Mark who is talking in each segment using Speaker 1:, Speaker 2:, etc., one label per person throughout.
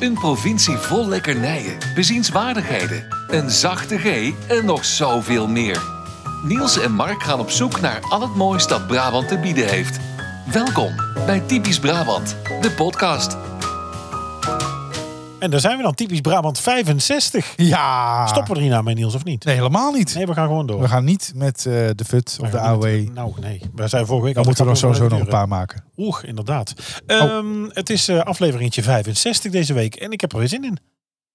Speaker 1: Een provincie vol lekkernijen, bezienswaardigheden, een zachte G en nog zoveel meer. Niels en Mark gaan op zoek naar al het moois dat Brabant te bieden heeft. Welkom bij Typisch Brabant, de podcast.
Speaker 2: En daar zijn we dan, typisch Brabant 65.
Speaker 3: Ja.
Speaker 2: Stoppen we er hierna mee, Niels, of niet?
Speaker 3: Ah. Nee, helemaal niet.
Speaker 2: Nee, we gaan gewoon door.
Speaker 3: We gaan niet met eh, de FUT of de
Speaker 2: We
Speaker 3: E.
Speaker 2: gaan
Speaker 3: AOW.
Speaker 2: niet- Nou, nee. We zijn vorige week...
Speaker 3: Dan
Speaker 2: al-
Speaker 3: moeten we er
Speaker 2: dat
Speaker 3: sowieso
Speaker 2: gaat
Speaker 3: nog een
Speaker 2: duren.
Speaker 3: paar Oh. maken.
Speaker 2: Oeh, inderdaad. Ehm, het is eh afleveringetje 65 deze week. En ik heb er weer zin in.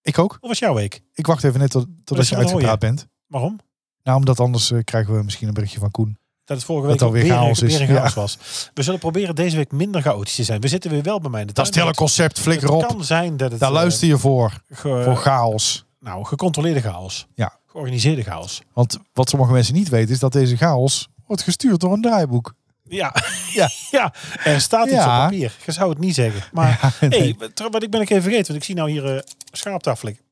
Speaker 3: Ik ook.
Speaker 2: Hoe was jouw week?
Speaker 3: Ik wacht even net tot, totdat
Speaker 2: is
Speaker 3: je
Speaker 2: van de
Speaker 3: uitgepraat bent.
Speaker 2: Waarom?
Speaker 3: Nou, omdat anders eh, krijgen we misschien een berichtje van Koen.
Speaker 2: Dat het vorige week
Speaker 3: alweer
Speaker 2: weer
Speaker 3: chaos is.
Speaker 2: weer
Speaker 3: Ja.
Speaker 2: chaos was. We zullen proberen deze week minder chaotisch te zijn. We zitten weer wel bij mij in de
Speaker 3: Dat is het hele
Speaker 2: tuin.
Speaker 3: concept. Flikker
Speaker 2: Het
Speaker 3: op.
Speaker 2: kan zijn dat het...
Speaker 3: Daar
Speaker 2: eh,
Speaker 3: luister je voor.
Speaker 2: ge-
Speaker 3: Voor chaos.
Speaker 2: nou, gecontroleerde chaos.
Speaker 3: Ja.
Speaker 2: Georganiseerde chaos.
Speaker 3: Want wat sommige mensen niet weten is dat deze chaos wordt gestuurd door een draaiboek.
Speaker 2: Ja.
Speaker 3: Ja.
Speaker 2: ja, er staat iets
Speaker 3: Ja.
Speaker 2: op papier. Je zou het niet zeggen. Maar
Speaker 3: Ja, nee.
Speaker 2: hey, wat- wat ik ben ik even vergeten, want ik zie nou hier eh schaaptafel liggen.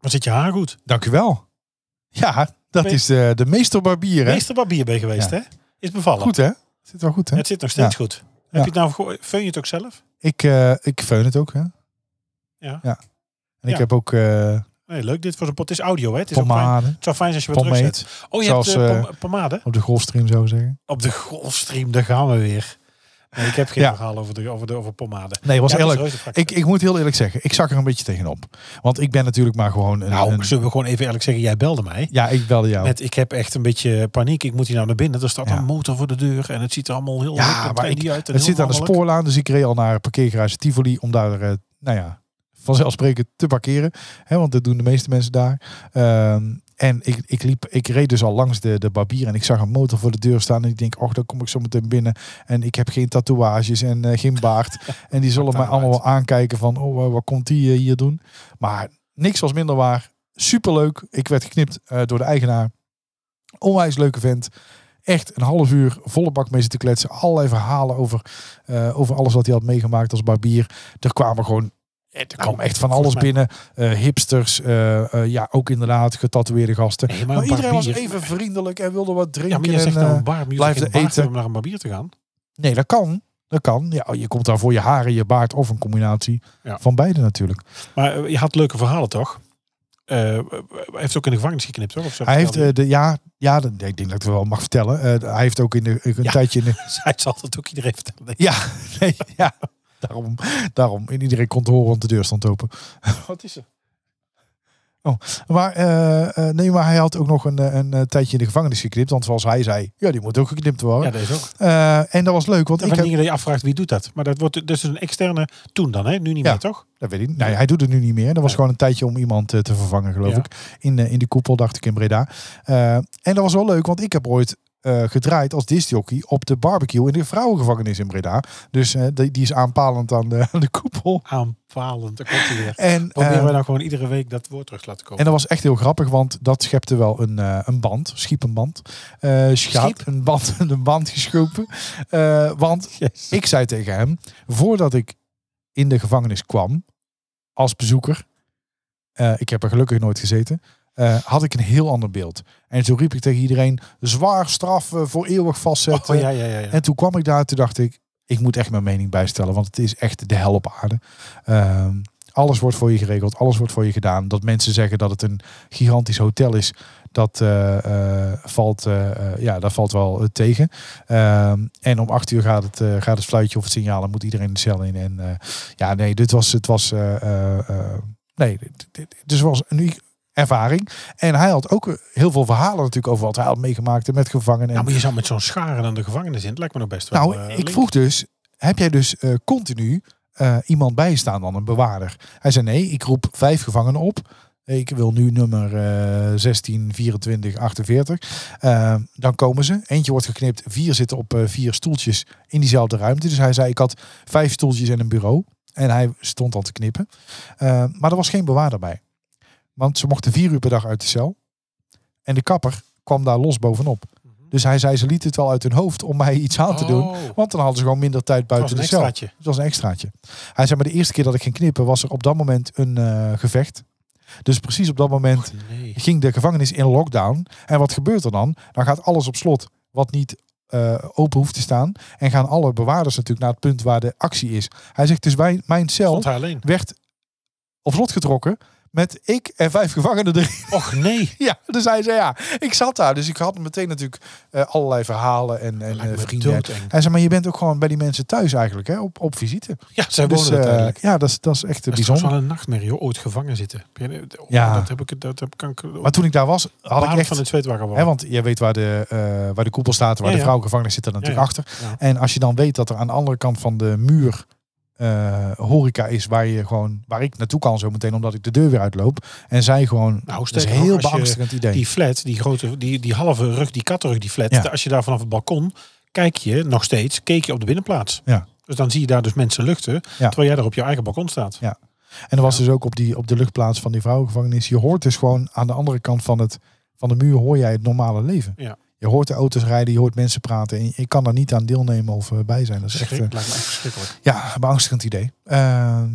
Speaker 2: Maar zit je haar goed?
Speaker 3: Dank u wel. Ja, dat
Speaker 2: Ben-
Speaker 3: is eh, de, de meester barbier. Hè?
Speaker 2: Meester barbier ben je geweest, hè? Is bevallen.
Speaker 3: Goed hè? Zit wel goed hè?
Speaker 2: Het zit nog steeds goed. Heb
Speaker 3: Ja.
Speaker 2: je het nou geho- Feun je het ook zelf?
Speaker 3: Ik, eh ik feun het ook hè?
Speaker 2: Ja.
Speaker 3: En ik
Speaker 2: Ja.
Speaker 3: heb ook eh
Speaker 2: Nee, leuk dit voor zo'n pot. Het is audio, hè? Het is ook fijn.
Speaker 3: pomade,
Speaker 2: Het zou fijn zijn als je weer terug
Speaker 3: pomade.
Speaker 2: zet. Oh, je hebt
Speaker 3: Zoals,
Speaker 2: eh,
Speaker 3: eh,
Speaker 2: pom- pomade?
Speaker 3: Op de golfstream zou ik zeggen.
Speaker 2: Op de golfstream, daar gaan we weer. Nee, ik heb geen
Speaker 3: Ja.
Speaker 2: verhaal over, de, over, de, over pomade.
Speaker 3: Nee, was
Speaker 2: Ja, dat is
Speaker 3: eerlijk.
Speaker 2: reuze praktisch.
Speaker 3: Ik, ik moet heel eerlijk zeggen, ik zak er een beetje tegenop. Want ik ben natuurlijk maar gewoon een.
Speaker 2: nou,
Speaker 3: een-
Speaker 2: zullen we gewoon even eerlijk zeggen, jij belde mij.
Speaker 3: ja, ik belde jou.
Speaker 2: Net, ik heb echt een beetje paniek. Ik moet hier nou naar binnen. Er staat
Speaker 3: Ja.
Speaker 2: een motor voor de deur en het ziet er allemaal heel
Speaker 3: Ja,
Speaker 2: huppend
Speaker 3: maar
Speaker 2: en
Speaker 3: ik-
Speaker 2: niet uit en
Speaker 3: het
Speaker 2: heel
Speaker 3: zit aan de
Speaker 2: makkelijk.
Speaker 3: spoorlaan, dus ik reed al naar parkeergarage Tivoli om daar, eh, nou ja, vanzelfsprekend te parkeren. Hè, want dat doen de meeste mensen daar. Ehm, en ik, ik, liep, ik reed dus al langs de, de barbier en ik zag een motor voor de deur staan. En ik denk, och, dan kom ik zo meteen binnen. En ik heb geen tatoeages en eh, geen baard. en die zullen
Speaker 2: Maakt
Speaker 3: mij
Speaker 2: allemaal
Speaker 3: allemaal wel aankijken van, oh, eh, wat komt die eh, hier doen? Maar niks was minder waar. Superleuk. Ik werd geknipt eh, door de eigenaar. Onwijs leuke vent. Echt een half uur volle bak mee zitten kletsen. Allerlei verhalen over, eh, over alles wat hij had meegemaakt als barbier. Er kwamen gewoon... Er kwam Nou, echt van alles
Speaker 2: volgens mij-
Speaker 3: binnen. Eh, hipsters, eh, eh, ja, ook inderdaad getatoeëerde gasten.
Speaker 2: Nee, maar
Speaker 3: maar
Speaker 2: een
Speaker 3: iedereen was
Speaker 2: barbier-
Speaker 3: even vriendelijk en wilde wat drinken.
Speaker 2: Ja, maar je
Speaker 3: en,
Speaker 2: zegt nou
Speaker 3: eh,
Speaker 2: een bar, maar
Speaker 3: blijft
Speaker 2: blijft
Speaker 3: er
Speaker 2: eten
Speaker 3: eten.
Speaker 2: om naar een barbier te gaan.
Speaker 3: Nee, dat kan. Dat kan. Ja, je komt daar voor je haren, je baard of een combinatie
Speaker 2: Ja.
Speaker 3: van beide natuurlijk.
Speaker 2: Maar eh, je had leuke verhalen toch? Eh, Hij heeft ook in de gevangenis geknipt, hoor. Of zo
Speaker 3: Hij heeft
Speaker 2: vertelde
Speaker 3: eh, de ja, ja, dat- ik denk dat ik het wel mag vertellen. Eh, hij heeft ook in de een
Speaker 2: Ja.
Speaker 3: tijdje in de
Speaker 2: hij. Hij zal dat ook iedereen vertellen. denk ik.
Speaker 3: ja, nee, ja. Daarom, daarom in iedereen kon het horen, want de deur stond open. Oh,
Speaker 2: Wat is er?
Speaker 3: Maar, eh, eh, nee, maar hij had ook nog een, eh, een eh, tijdje in de gevangenis geknipt. Want zoals hij zei, ja, die moet ook geknipt
Speaker 2: Ja,
Speaker 3: worden.
Speaker 2: dat is ook.
Speaker 3: Eh, en dat was leuk, want
Speaker 2: En van
Speaker 3: ik heb,
Speaker 2: dingen dat je afvraagt, wie doet dat? Maar dat wordt dus een externe toen dan, hè? Nu niet
Speaker 3: Ja.
Speaker 2: meer, toch?
Speaker 3: Dat weet ik. niet. Nee, hij doet het nu niet meer. Dat was
Speaker 2: Nee.
Speaker 3: gewoon een tijdje om iemand eh, te vervangen, geloof
Speaker 2: Ja.
Speaker 3: ik. In, eh, in de koepel, dacht ik, in Breda. Eh, en dat was wel leuk, want ik heb ooit eh, gedraaid als discjockey op de barbecue in de vrouwengevangenis in Breda. Dus eh, die, die is aanpalend aan de, aan de koepel.
Speaker 2: Aanpalend, daar komt hij weer.
Speaker 3: En,
Speaker 2: Proberen
Speaker 3: eh,
Speaker 2: we nou gewoon iedere week dat woord terug te laten komen.
Speaker 3: en dat was echt heel grappig, want dat schepte wel een, eh, een band. Schiep een band. Eh schaap,
Speaker 2: Schiep?
Speaker 3: een band, een band geschopen. Eh, want
Speaker 2: Jezus.
Speaker 3: ik zei tegen hem, voordat ik in de gevangenis kwam, als bezoeker, eh, ik heb er gelukkig nooit gezeten, eh, had ik een heel ander beeld. En zo riep ik tegen iedereen, zwaar straffen voor eeuwig vastzetten.
Speaker 2: Oh, ja, ja, ja. ja.
Speaker 3: En toen kwam ik daar, toen dacht ik, ik moet echt mijn mening bijstellen, want het is echt de hel op aarde. Ehm, alles wordt voor je geregeld, alles wordt voor je gedaan. Dat mensen zeggen dat het een gigantisch hotel is, dat, eh, eh, valt, eh, eh, ja, dat valt wel eh, tegen. Ehm, en om acht uur gaat het, eh, gaat het fluitje of het signaal en moet iedereen de cel in. En eh, ja, nee, dit was, het was, eh, eh, eh, nee, dit, dit- dus het was een unieke ervaring. En hij had ook heel veel verhalen natuurlijk over wat hij had meegemaakt en met gevangenen.
Speaker 2: Nou, maar je zou met zo'n scharen aan de gevangenis in. Het lijkt me nog best wel.
Speaker 3: Nou,
Speaker 2: eh,
Speaker 3: ik
Speaker 2: link.
Speaker 3: vroeg dus, heb jij dus eh, continu eh, iemand bij je staan dan een bewaarder? Hij zei nee, ik roep vijf gevangenen op. Ik wil nu nummer eh 16, 24, 48. Eh, dan komen ze. Eentje wordt geknipt. Vier zitten op eh, vier stoeltjes in diezelfde ruimte. Dus hij zei, ik had vijf stoeltjes en een bureau. En hij stond al te knippen. Eh, maar er was geen bewaarder bij. Want ze mochten vier uur per dag uit de cel. En de kapper kwam daar los bovenop. Dus hij zei, ze liet het wel uit hun hoofd om mij iets aan te doen.
Speaker 2: Mhm. Oh, het
Speaker 3: Want dan hadden ze gewoon minder tijd
Speaker 2: was
Speaker 3: buiten
Speaker 2: een
Speaker 3: de cel.
Speaker 2: extraatje.
Speaker 3: Het was een extraatje. Hij zei maar de eerste keer dat ik ging knippen was er op dat moment een eh, gevecht. Dus precies op dat moment
Speaker 2: Nee.
Speaker 3: ging de gevangenis in lockdown. En wat gebeurt er dan? Dan gaat alles op slot wat niet eh, open hoeft te staan. En gaan alle bewaarders natuurlijk naar het punt waar de actie is. Hij zegt dus wij, mijn cel
Speaker 2: Stond hij alleen.
Speaker 3: werd op slot getrokken. Met ik en vijf gevangenen erin.
Speaker 2: Och nee.
Speaker 3: Ja, dus hij zei ja, ik zat daar. Dus ik had meteen natuurlijk eh, allerlei verhalen en, en
Speaker 2: Lijkt
Speaker 3: eh,
Speaker 2: me
Speaker 3: vrienden.
Speaker 2: doodeng.
Speaker 3: Hij zei, maar je bent ook gewoon bij die mensen thuis eigenlijk, hè? Op, op visite.
Speaker 2: Ja, zij wonen
Speaker 3: Dus, eh,
Speaker 2: uiteindelijk.
Speaker 3: ja, dat is, dat is echt eh,
Speaker 2: Dat is
Speaker 3: bijzonder.
Speaker 2: wel een nachtmerrie, hoor. ooit gevangen zitten. Ja.
Speaker 3: Ja.
Speaker 2: oh, Dat heb ik, dat heb, kan ik,
Speaker 3: Maar toen ik daar was, had ik
Speaker 2: Barend
Speaker 3: echt...
Speaker 2: van het zweet waren
Speaker 3: Hè, want je weet waar de, eh, waar de koepel staat, waar
Speaker 2: Ja,
Speaker 3: de
Speaker 2: ja.
Speaker 3: vrouwengevangenis zit, daar natuurlijk
Speaker 2: Ja,
Speaker 3: achter.
Speaker 2: Ja.
Speaker 3: En als je dan weet dat er aan de andere kant van de muur eh, horeca is, waar, je gewoon, waar ik naartoe kan zo meteen, omdat ik de deur weer uitloop. En zij gewoon,
Speaker 2: Nou,
Speaker 3: dat is
Speaker 2: sterker
Speaker 3: een
Speaker 2: nog,
Speaker 3: heel
Speaker 2: als je
Speaker 3: beangstigend idee.
Speaker 2: Die flat, die grote, die, die halve rug, die kattenrug, die flat.
Speaker 3: Ja.
Speaker 2: Als je daar vanaf het balkon kijk je nog steeds, keek je op de binnenplaats.
Speaker 3: Ja.
Speaker 2: Dus dan zie je daar dus mensen luchten, terwijl jij daar op je eigen balkon staat.
Speaker 3: En er was dus ook op, die, op de luchtplaats van die vrouwengevangenis. Je hoort dus gewoon aan de andere kant van, het, van de muur hoor jij het normale leven.
Speaker 2: Ja.
Speaker 3: Je hoort de auto's rijden, je hoort mensen praten. En ik kan daar niet aan deelnemen of eh, bij zijn. Dat is echt
Speaker 2: Schrik,
Speaker 3: eh,
Speaker 2: lijkt me echt verschrikkelijk.
Speaker 3: ja, een beangstigend idee. Ehm,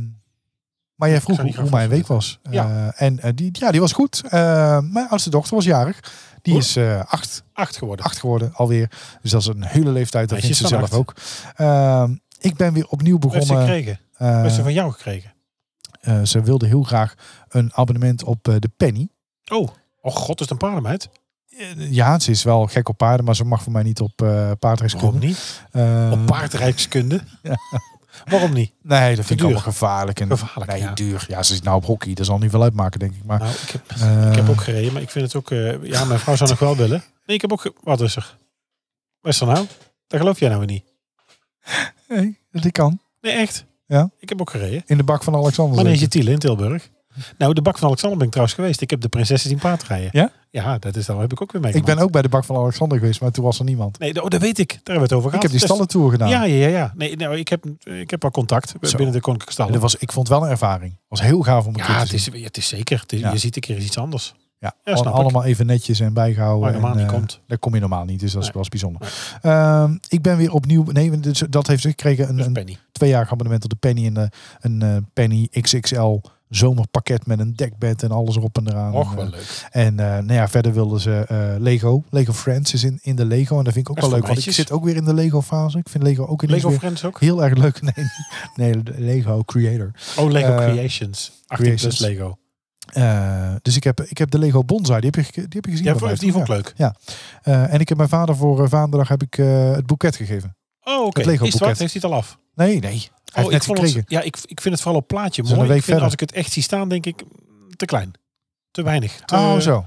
Speaker 3: maar jij vroeg
Speaker 2: zou niet
Speaker 3: hoe,
Speaker 2: graag
Speaker 3: hoe mijn week
Speaker 2: vastweten.
Speaker 3: was.
Speaker 2: Ja.
Speaker 3: Eh, en eh, die, ja, die was goed. Eh, mijn oudste dochter was jarig. Die
Speaker 2: Oeh.
Speaker 3: is eh, acht
Speaker 2: Acht geworden.
Speaker 3: acht geworden alweer. Dus dat is een hele leeftijd. Dat
Speaker 2: Meisjes
Speaker 3: vindt ze
Speaker 2: van
Speaker 3: zelf ook. Ehm, ik ben weer opnieuw
Speaker 2: Heeft ze
Speaker 3: begonnen.
Speaker 2: gekregen?
Speaker 3: Eh,
Speaker 2: Heeft ze van jou gekregen?
Speaker 3: eh, ze wilde heel graag een abonnement op eh, de Penny.
Speaker 2: Oh, oh god, is het een paardenmeid?
Speaker 3: Eh, Ja, ze is wel gek op paarden, maar ze mag voor mij niet op eh
Speaker 2: Waarom
Speaker 3: paardrijkskunde.
Speaker 2: niet?
Speaker 3: Eh,
Speaker 2: Op paardrijkskunde?
Speaker 3: Ja.
Speaker 2: Waarom niet?
Speaker 3: Eh, Nee, dat
Speaker 2: Te
Speaker 3: vind ik
Speaker 2: duur.
Speaker 3: allemaal gevaarlijk. En,
Speaker 2: Gevaarlijk,
Speaker 3: nee,
Speaker 2: ja.
Speaker 3: duur. Ja, ze is nou op hockey. Dat zal niet veel uitmaken, denk ik. Maar,
Speaker 2: Nou, ik heb,
Speaker 3: eh,
Speaker 2: ik heb ook gereden, maar ik vind het ook... eh, ja, mijn vrouw zou nog wel willen. Nee, ik heb ook... ge- Wat is er? Wat is er nou? Dat geloof jij nou weer niet.
Speaker 3: nee, die kan.
Speaker 2: Nee, echt.
Speaker 3: Ja?
Speaker 2: Ik heb ook gereden.
Speaker 3: In de bak van Alexander.
Speaker 2: Maar nee,
Speaker 3: zeker.
Speaker 2: je Tielen in Tilburg. Nou, de bak van Alexander ben ik trouwens geweest. Ik heb de prinsessen zien paardrijden.
Speaker 3: Ja?
Speaker 2: Ja, dat is dan heb ik ook weer
Speaker 3: ik
Speaker 2: meegemaakt.
Speaker 3: ben ook bij de bak van Alexander geweest, maar toen was er niemand.
Speaker 2: Nee, oh, dat weet ik. Daar hebben we het over
Speaker 3: Ik
Speaker 2: gehad.
Speaker 3: heb die
Speaker 2: Dat is-
Speaker 3: stallentour gedaan.
Speaker 2: Ja, ja, ja. ja. Nee, nou, ik heb, ik heb wel contact
Speaker 3: Zo.
Speaker 2: binnen de Koninklijke
Speaker 3: En dat
Speaker 2: Stallen.
Speaker 3: was, ik vond het wel een ervaring. Het was heel gaaf om een
Speaker 2: Ja,
Speaker 3: keer te
Speaker 2: het
Speaker 3: zien.
Speaker 2: is, ja, het is zeker. Het is-
Speaker 3: Ja.
Speaker 2: Je ziet een keer iets anders.
Speaker 3: Ja,
Speaker 2: Ja, snap ik.
Speaker 3: allemaal even netjes en bijgehouden.
Speaker 2: Waar je normaal
Speaker 3: en,
Speaker 2: niet
Speaker 3: eh,
Speaker 2: komt.
Speaker 3: Daar kom je normaal niet, dus dat
Speaker 2: Nee.
Speaker 3: is wel eens bijzonder. Ehm, ik ben weer opnieuw... Nee, dus dat heeft ze gekregen. Een,
Speaker 2: Dus
Speaker 3: een
Speaker 2: Penny.
Speaker 3: tweejarig abonnement op de Penny. En eh, een eh, Penny XXL zomerpakket met een dekbed en alles erop en eraan.
Speaker 2: Och,
Speaker 3: en
Speaker 2: wel
Speaker 3: eh,
Speaker 2: leuk.
Speaker 3: en, eh, nou ja, verder wilden ze eh, Lego. Lego Friends is in, in de Lego. En dat vind ik ook
Speaker 2: Dat is
Speaker 3: wel leuk,
Speaker 2: voor
Speaker 3: want ik
Speaker 2: meisjes.
Speaker 3: zit ook weer in de Lego fase. Ik vind Lego ook in
Speaker 2: Lego Friends ook?
Speaker 3: Heel erg leuk. Nee, nee Lego Creator.
Speaker 2: Oh, Lego
Speaker 3: Eh,
Speaker 2: Creations. 18 plus
Speaker 3: Creations.
Speaker 2: Lego.
Speaker 3: Eh, dus ik heb, ik heb de Lego Bonsai. Die heb je, ge- die heb je gezien.
Speaker 2: Ja,
Speaker 3: bij mij,
Speaker 2: vond- die
Speaker 3: toch?
Speaker 2: vond ik leuk.
Speaker 3: Eh, en ik heb mijn vader voor eh, Vaderdag heb ik, eh, het boeket gegeven.
Speaker 2: Oh, oké.
Speaker 3: Het Lego
Speaker 2: Is het wat?
Speaker 3: boeket.
Speaker 2: Heeft hij het al af?
Speaker 3: Nee, nee. Hij heeft
Speaker 2: oh,
Speaker 3: net
Speaker 2: ik vond
Speaker 3: gekregen.
Speaker 2: het, ja, ik, ik vind het vooral op plaatje
Speaker 3: Ze
Speaker 2: mooi.
Speaker 3: zijn een
Speaker 2: Ik
Speaker 3: week
Speaker 2: vind,
Speaker 3: verder.
Speaker 2: als ik het echt zie staan, denk ik mm, te klein. Te weinig. Te,
Speaker 3: oh, zo.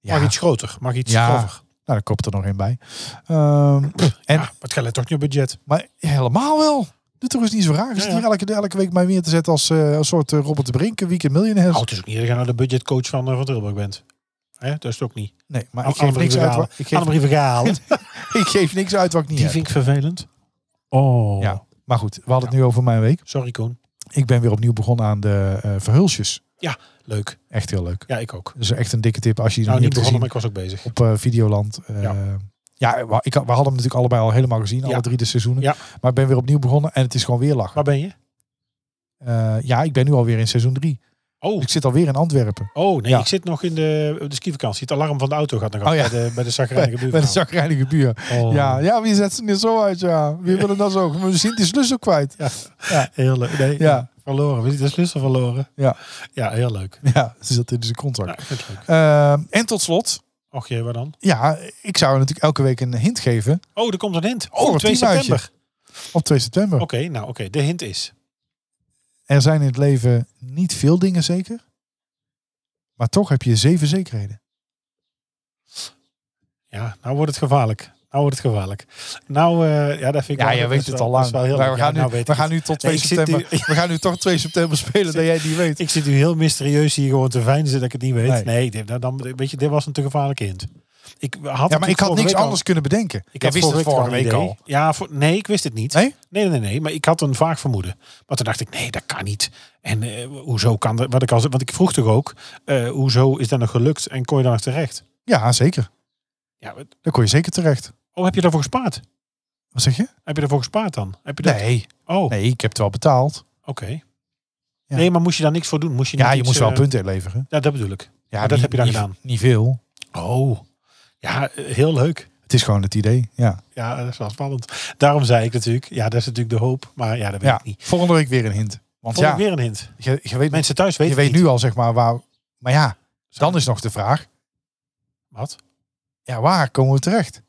Speaker 3: Ja,
Speaker 2: Mag iets groter. Mag iets
Speaker 3: Ja.
Speaker 2: grover.
Speaker 3: nou, daar komt er nog één bij. Ehm,
Speaker 2: En,
Speaker 3: En-
Speaker 2: ja, maar het gaat toch niet op budget.
Speaker 3: maar helemaal wel. Doe toch eens niet zo raar. Is
Speaker 2: Ja,
Speaker 3: het
Speaker 2: ja.
Speaker 3: hier elke, elke week mij weer te zetten als eh, een soort eh, Robert de Brink, een weekend miljonair.
Speaker 2: Oh, het is ook niet dat je nou de budgetcoach van, eh, van Tilburg bent. Hè? Dat is het ook niet.
Speaker 3: nee, maar
Speaker 2: Anne-
Speaker 3: ik geef,
Speaker 2: Annemarie
Speaker 3: niks uit,
Speaker 2: Vergalen.
Speaker 3: wat, ik, geef,
Speaker 2: Annemarie Vergaal.
Speaker 3: ik geef niks uit wat ik niet
Speaker 2: Die
Speaker 3: heb.
Speaker 2: vind ik vervelend. Oh.
Speaker 3: Ja. Maar goed, we hadden het nu over mijn week.
Speaker 2: Sorry Koen.
Speaker 3: Ik ben weer opnieuw begonnen aan de eh verhulsjes.
Speaker 2: Leuk.
Speaker 3: Echt heel leuk.
Speaker 2: Ja, ik ook.
Speaker 3: Dus echt een dikke tip als je die
Speaker 2: Nou,
Speaker 3: nog
Speaker 2: niet
Speaker 3: niet hebt
Speaker 2: begonnen,
Speaker 3: gezien.
Speaker 2: maar ik was ook bezig.
Speaker 3: op eh, Videoland. Eh,
Speaker 2: Ja.
Speaker 3: ja. wa- ik, had- we hadden hem natuurlijk allebei al helemaal gezien,
Speaker 2: Ja.
Speaker 3: alle drie de seizoenen.
Speaker 2: Ja.
Speaker 3: Maar ik ben weer opnieuw begonnen en het is gewoon weer lachen.
Speaker 2: Waar ben je?
Speaker 3: Eh, ja, ik ben nu alweer in seizoen drie.
Speaker 2: Oh,
Speaker 3: Ik zit alweer in Antwerpen.
Speaker 2: oh nee,
Speaker 3: Ja.
Speaker 2: ik zit nog in de, op de skivakantie. Het alarm van de auto gaat nog af
Speaker 3: Oh, ja.
Speaker 2: bij de, bij de
Speaker 3: Bij,
Speaker 2: zagrijnige buurvrouw.
Speaker 3: bij de zagrijnige buur.
Speaker 2: Oh.
Speaker 3: Ja, ja, wie zet ze er zo uit? Ja, wie willen dat zo? We zien de slus ook kwijt.
Speaker 2: Heel leuk. Nee,
Speaker 3: Ja.
Speaker 2: ja. Verloren. We zitten slussen verloren.
Speaker 3: Ja.
Speaker 2: Ja, heel leuk.
Speaker 3: Ja, ze zat in zijn contract.
Speaker 2: Ja, ik vind het leuk.
Speaker 3: Ehm, en tot slot,
Speaker 2: Och jee, waar dan?
Speaker 3: ja, ik zou natuurlijk elke week een hint geven
Speaker 2: Oh, er komt een hint. Oh,
Speaker 3: Voor het
Speaker 2: 2
Speaker 3: teamuitje.
Speaker 2: september.
Speaker 3: op 2 september.
Speaker 2: Oké, nou oké. De hint is.
Speaker 3: Er zijn in het leven niet veel dingen zeker, maar toch heb je zeven zekerheden.
Speaker 2: Ja, nou wordt het gevaarlijk. Nou wordt het gevaarlijk. Nou, eh, ja, dat vind ik
Speaker 3: Ja,
Speaker 2: wel-
Speaker 3: je
Speaker 2: dat
Speaker 3: weet
Speaker 2: is
Speaker 3: het
Speaker 2: wel-
Speaker 3: al
Speaker 2: dat
Speaker 3: lang.
Speaker 2: is wel heel
Speaker 3: Maar
Speaker 2: leuk.
Speaker 3: we
Speaker 2: Ja,
Speaker 3: gaan,
Speaker 2: nou
Speaker 3: nu,
Speaker 2: weet
Speaker 3: we
Speaker 2: ik
Speaker 3: gaan
Speaker 2: het.
Speaker 3: nu tot 2
Speaker 2: ik zit
Speaker 3: september. We gaan nu toch 2 september spelen dat jij die weet.
Speaker 2: Ik zit nu heel mysterieus hier gewoon te veinzen dat ik het niet weet. Nee,
Speaker 3: Nee.
Speaker 2: dit, nou, dan, weet je, dit was een te gevaarlijke hint. Ik had
Speaker 3: Ja, maar
Speaker 2: natuurlijk
Speaker 3: ik had
Speaker 2: vorige
Speaker 3: niks
Speaker 2: week al-
Speaker 3: anders kunnen bedenken.
Speaker 2: Ik
Speaker 3: Jij
Speaker 2: had
Speaker 3: wist het vorige
Speaker 2: wel
Speaker 3: week
Speaker 2: een
Speaker 3: al.
Speaker 2: idee. Ja, voor, nee, ik wist het niet.
Speaker 3: Nee?
Speaker 2: Nee, nee, nee. Maar ik had een vaag vermoeden. Maar toen dacht ik, nee, dat kan niet. En eh, hoezo kan dat? Wat ik al, zei- want ik vroeg toch ook, eh, hoezo is dat nog gelukt en kon je daar nog terecht?
Speaker 3: Ja, zeker.
Speaker 2: Ja, wat-
Speaker 3: Daar kon je zeker terecht.
Speaker 2: oh, heb je daarvoor gespaard?
Speaker 3: Wat zeg je?
Speaker 2: Heb je daarvoor gespaard dan? Heb je dat?
Speaker 3: Nee,
Speaker 2: Oh,
Speaker 3: nee ik heb het wel betaald.
Speaker 2: oké.
Speaker 3: Ja.
Speaker 2: Nee, maar moest je daar niks voor doen? Moest je
Speaker 3: Ja,
Speaker 2: niet
Speaker 3: je
Speaker 2: iets,
Speaker 3: moest wel
Speaker 2: eh,
Speaker 3: punten inleveren.
Speaker 2: Ja, dat bedoel ik.
Speaker 3: Ja,
Speaker 2: dat
Speaker 3: niet-
Speaker 2: heb je dan
Speaker 3: niet-
Speaker 2: gedaan.
Speaker 3: Niet veel.
Speaker 2: Oh, ja, eh, heel leuk.
Speaker 3: Het is gewoon het idee. Ja,
Speaker 2: Ja, dat is wel spannend. Daarom zei ik natuurlijk, ja, dat is natuurlijk de hoop. Maar ja, dat weet
Speaker 3: ja.
Speaker 2: ik niet.
Speaker 3: volgende week weer een hint. Want
Speaker 2: Vond ik
Speaker 3: ja,
Speaker 2: weer een hint.
Speaker 3: je, je weet,
Speaker 2: Mensen thuis
Speaker 3: je
Speaker 2: weten
Speaker 3: weet
Speaker 2: het
Speaker 3: nu al zeg maar waar... Maar ja, dan is nog de vraag.
Speaker 2: niet. Wat?
Speaker 3: Ja, waar komen we terecht?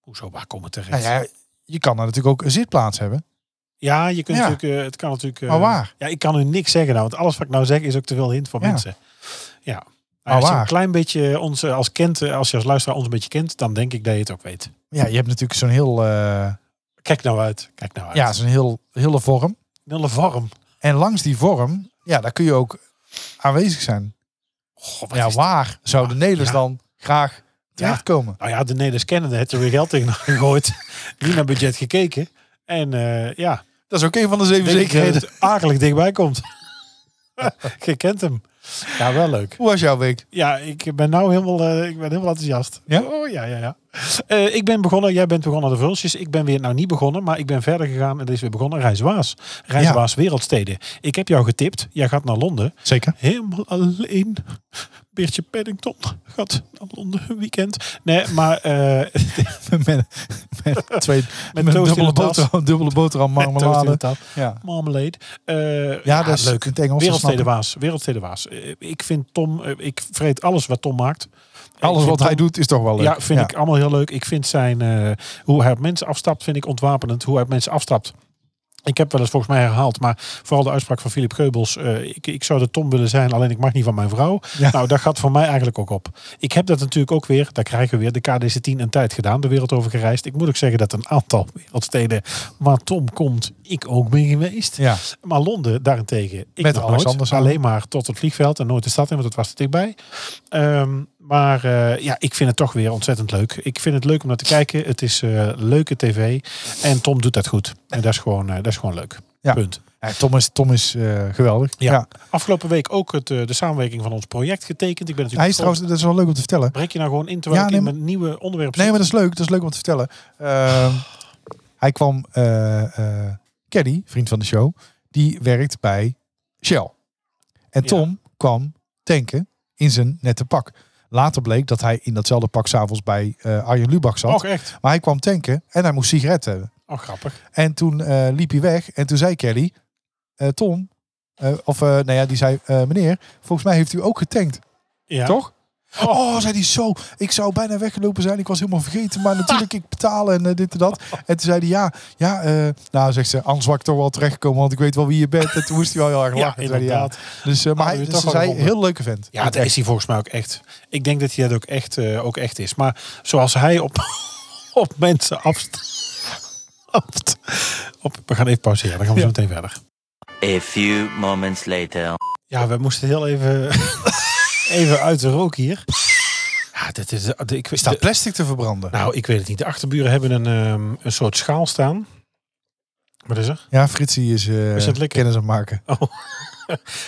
Speaker 2: Hoezo, waar komen we terecht?
Speaker 3: Nou ja, je kan daar natuurlijk ook een zitplaats hebben.
Speaker 2: Ja, je kunt
Speaker 3: Ja.
Speaker 2: natuurlijk, eh, het kan natuurlijk. eh,
Speaker 3: Maar waar?
Speaker 2: Ja, ik kan u niks zeggen nou, want alles wat ik nou zeg is ook te veel hint voor
Speaker 3: Ja.
Speaker 2: mensen. Ja.
Speaker 3: Maar
Speaker 2: Maar als je een
Speaker 3: waar?
Speaker 2: klein beetje ons eh, als kent, eh, als je als luisteraar ons een beetje kent, dan denk ik dat je het ook weet.
Speaker 3: Ja, je hebt natuurlijk zo'n heel... eh,
Speaker 2: Kijk nou uit, kijk nou uit.
Speaker 3: ja, zo'n heel, hele vorm.
Speaker 2: Nulle vorm.
Speaker 3: En langs die vorm, ja, daar kun je ook aanwezig zijn.
Speaker 2: Goh, wat
Speaker 3: Ja,
Speaker 2: is-
Speaker 3: waar zou de Nederlanders
Speaker 2: Ja.
Speaker 3: dan graag terechtkomen?
Speaker 2: Nou ja, de Nederlands kennende heeft er weer geld tegen gegooid. Niet naar budget gekeken. En eh, ja,
Speaker 3: Dat is ook een van de zeven
Speaker 2: denk ik dat
Speaker 3: zekerheden.
Speaker 2: het akelig dichtbij komt. Je kent hem. Ja, wel leuk.
Speaker 3: Hoe was jouw week?
Speaker 2: Ja, ik ben nou helemaal, eh, ik ben helemaal enthousiast.
Speaker 3: Ja?
Speaker 2: Oh ja, ja, ja. Eh, ik ben begonnen, jij bent begonnen aan de vulsjes. Ik ben weer nou niet begonnen, maar ik ben verder gegaan en er is weer begonnen. Reiswaas. Reiswaas Wereldsteden. Ik heb jou getipt. Jij gaat naar Londen.
Speaker 3: Zeker.
Speaker 2: Helemaal alleen. Beertje Paddington gaat naar Londen een weekend. Nee, maar eh
Speaker 3: met, met twee met
Speaker 2: toast in
Speaker 3: dubbele,
Speaker 2: de tas.
Speaker 3: boterham, dubbele boterham
Speaker 2: toast in de
Speaker 3: marmelade.
Speaker 2: tas.
Speaker 3: Ja.
Speaker 2: marmalade. Eh,
Speaker 3: Ja, dat is leuk. In het Engels te snappen.
Speaker 2: Wereldstedenwaas. Wereldstedenwaas. Eh, ik vind Tom, eh, ik vreet alles wat Tom maakt. Ik
Speaker 3: Alles
Speaker 2: vind
Speaker 3: wat hij
Speaker 2: Tom-
Speaker 3: doet is toch wel leuk.
Speaker 2: Ja, vind ik allemaal heel leuk. Ik vind zijn, eh, hoe hij op mensen afstapt, vind ik ontwapenend. Hoe hij op mensen afstapt. Ik heb wel eens volgens mij herhaald, maar vooral de uitspraak van Philip Geubels. eh, ik, ik zou de Tom willen zijn, alleen ik mag niet van mijn vrouw.
Speaker 3: Ja.
Speaker 2: Nou, daar gaat voor mij eigenlijk ook op. Ik heb dat natuurlijk ook weer, daar krijgen we weer de KDC-10 een tijd gedaan, de wereld over gereisd. Ik moet ook zeggen dat een aantal wereldsteden waar Tom komt, ik ook ben geweest.
Speaker 3: Ja.
Speaker 2: Maar Londen daarentegen, ik
Speaker 3: Met
Speaker 2: nog
Speaker 3: Alexander
Speaker 2: nooit.
Speaker 3: samen.
Speaker 2: alleen maar tot het vliegveld en nooit de stad in, want het was er dichtbij. Ehm, maar eh, ja, ik vind het toch weer ontzettend leuk. Ik vind het leuk om naar te kijken. Het is eh, leuke tv en Tom doet dat goed. En dat is gewoon, eh, dat is gewoon leuk.
Speaker 3: Ja.
Speaker 2: Punt.
Speaker 3: Ja, Tom is, Tom is eh, geweldig. Ja.
Speaker 2: Ja. Afgelopen week ook het, eh, de samenwerking van ons project getekend. Ik ben natuurlijk
Speaker 3: Hij is trouwens, dat is wel leuk om te vertellen.
Speaker 2: Breek je nou gewoon in terwijl
Speaker 3: Ja,
Speaker 2: ik
Speaker 3: nee,
Speaker 2: in mijn nieuwe onderwerp
Speaker 3: Nee,
Speaker 2: zit?
Speaker 3: maar dat is leuk. Dat is leuk om te vertellen. Ehm, hij kwam, eh eh Caddy, vriend van de show, die werkt bij Shell. En
Speaker 2: Ja.
Speaker 3: Tom kwam tanken in zijn nette pak. Later bleek dat hij in datzelfde pak s'avonds bij eh Arjen Lubach zat.
Speaker 2: Och, echt?
Speaker 3: Maar hij kwam tanken en hij moest sigaretten hebben.
Speaker 2: Oh, grappig.
Speaker 3: En toen eh, liep hij weg. En toen zei Kelly, eh, Tom, eh, of eh nou ja, die zei, eh, meneer, volgens mij heeft u ook getankt,
Speaker 2: Ja.
Speaker 3: toch? Oh, zei hij zo. Ik zou bijna weggelopen zijn. Ik was helemaal vergeten. Maar natuurlijk, ik betaal en eh, dit en dat. En toen zei hij, ja, ja. eh, nou, zegt ze, anders was ik toch wel terechtkomen. Want ik weet wel wie je bent. En toen moest hij wel heel erg
Speaker 2: Ja,
Speaker 3: lachen. Toen zei hij, ja.
Speaker 2: inderdaad.
Speaker 3: Dus, eh, maar
Speaker 2: Hadden we
Speaker 3: hij, dus
Speaker 2: toch
Speaker 3: ze
Speaker 2: wel
Speaker 3: zei,
Speaker 2: gevonden.
Speaker 3: heel leuke vent.
Speaker 2: Ja, dat is hij volgens mij ook echt. Ik denk dat hij dat ook echt, eh, ook echt is. Maar zoals hij op, op mensen afstapt. Op, we gaan even pauzeren, dan gaan we zo meteen verder.
Speaker 4: A few moments later.
Speaker 2: Ja, we moesten heel even, even uit de rook hier. Ja, dit is, de- ik,
Speaker 3: Is
Speaker 2: weet-
Speaker 3: dat
Speaker 2: de,
Speaker 3: plastic te verbranden?
Speaker 2: nou, ik weet het niet. De achterburen hebben een, ehm, een soort schaal staan. Wat is er?
Speaker 3: Ja, Fritsie is, eh,
Speaker 2: Is dat lekker?
Speaker 3: kennis aan het maken.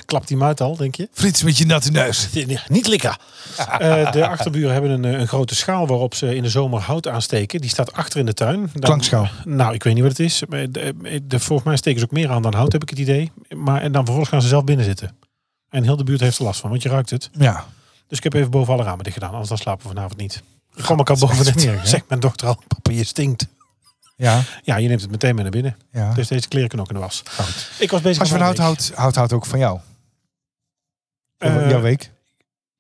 Speaker 2: Klapt die muit al, denk je?
Speaker 3: Frits met je natte neus.
Speaker 2: Nee, Niet likken. Eh, de achterburen hebben een, eh, een grote schaal waarop ze in de zomer hout aansteken. Die staat achter in de tuin. Dan-
Speaker 3: Klankschaal.
Speaker 2: Nou, ik weet niet wat het is. Maar de- de- Volgens mij steken ze ook meer aan dan hout, heb ik het idee. Maar, en dan vervolgens gaan ze zelf binnen zitten. En heel de buurt heeft er last van, want je ruikt het.
Speaker 3: Ja.
Speaker 2: Dus ik heb even boven alle ramen dicht gedaan, anders dan slapen we vanavond niet. Ik kwam ook al boven
Speaker 3: echt
Speaker 2: net.
Speaker 3: smerig, hè?
Speaker 2: Zegt mijn dochter al, papa, je stinkt.
Speaker 3: Ja.
Speaker 2: Ja, je neemt het meteen mee naar binnen.
Speaker 3: ja.
Speaker 2: Dus deze kleren kunnen ook in de was.
Speaker 3: Hout.
Speaker 2: Ik was bezig
Speaker 3: Als je
Speaker 2: met
Speaker 3: van hout
Speaker 2: mijn
Speaker 3: houdt, hout houdt ook van jou.
Speaker 2: week. Eh,
Speaker 3: jouw week.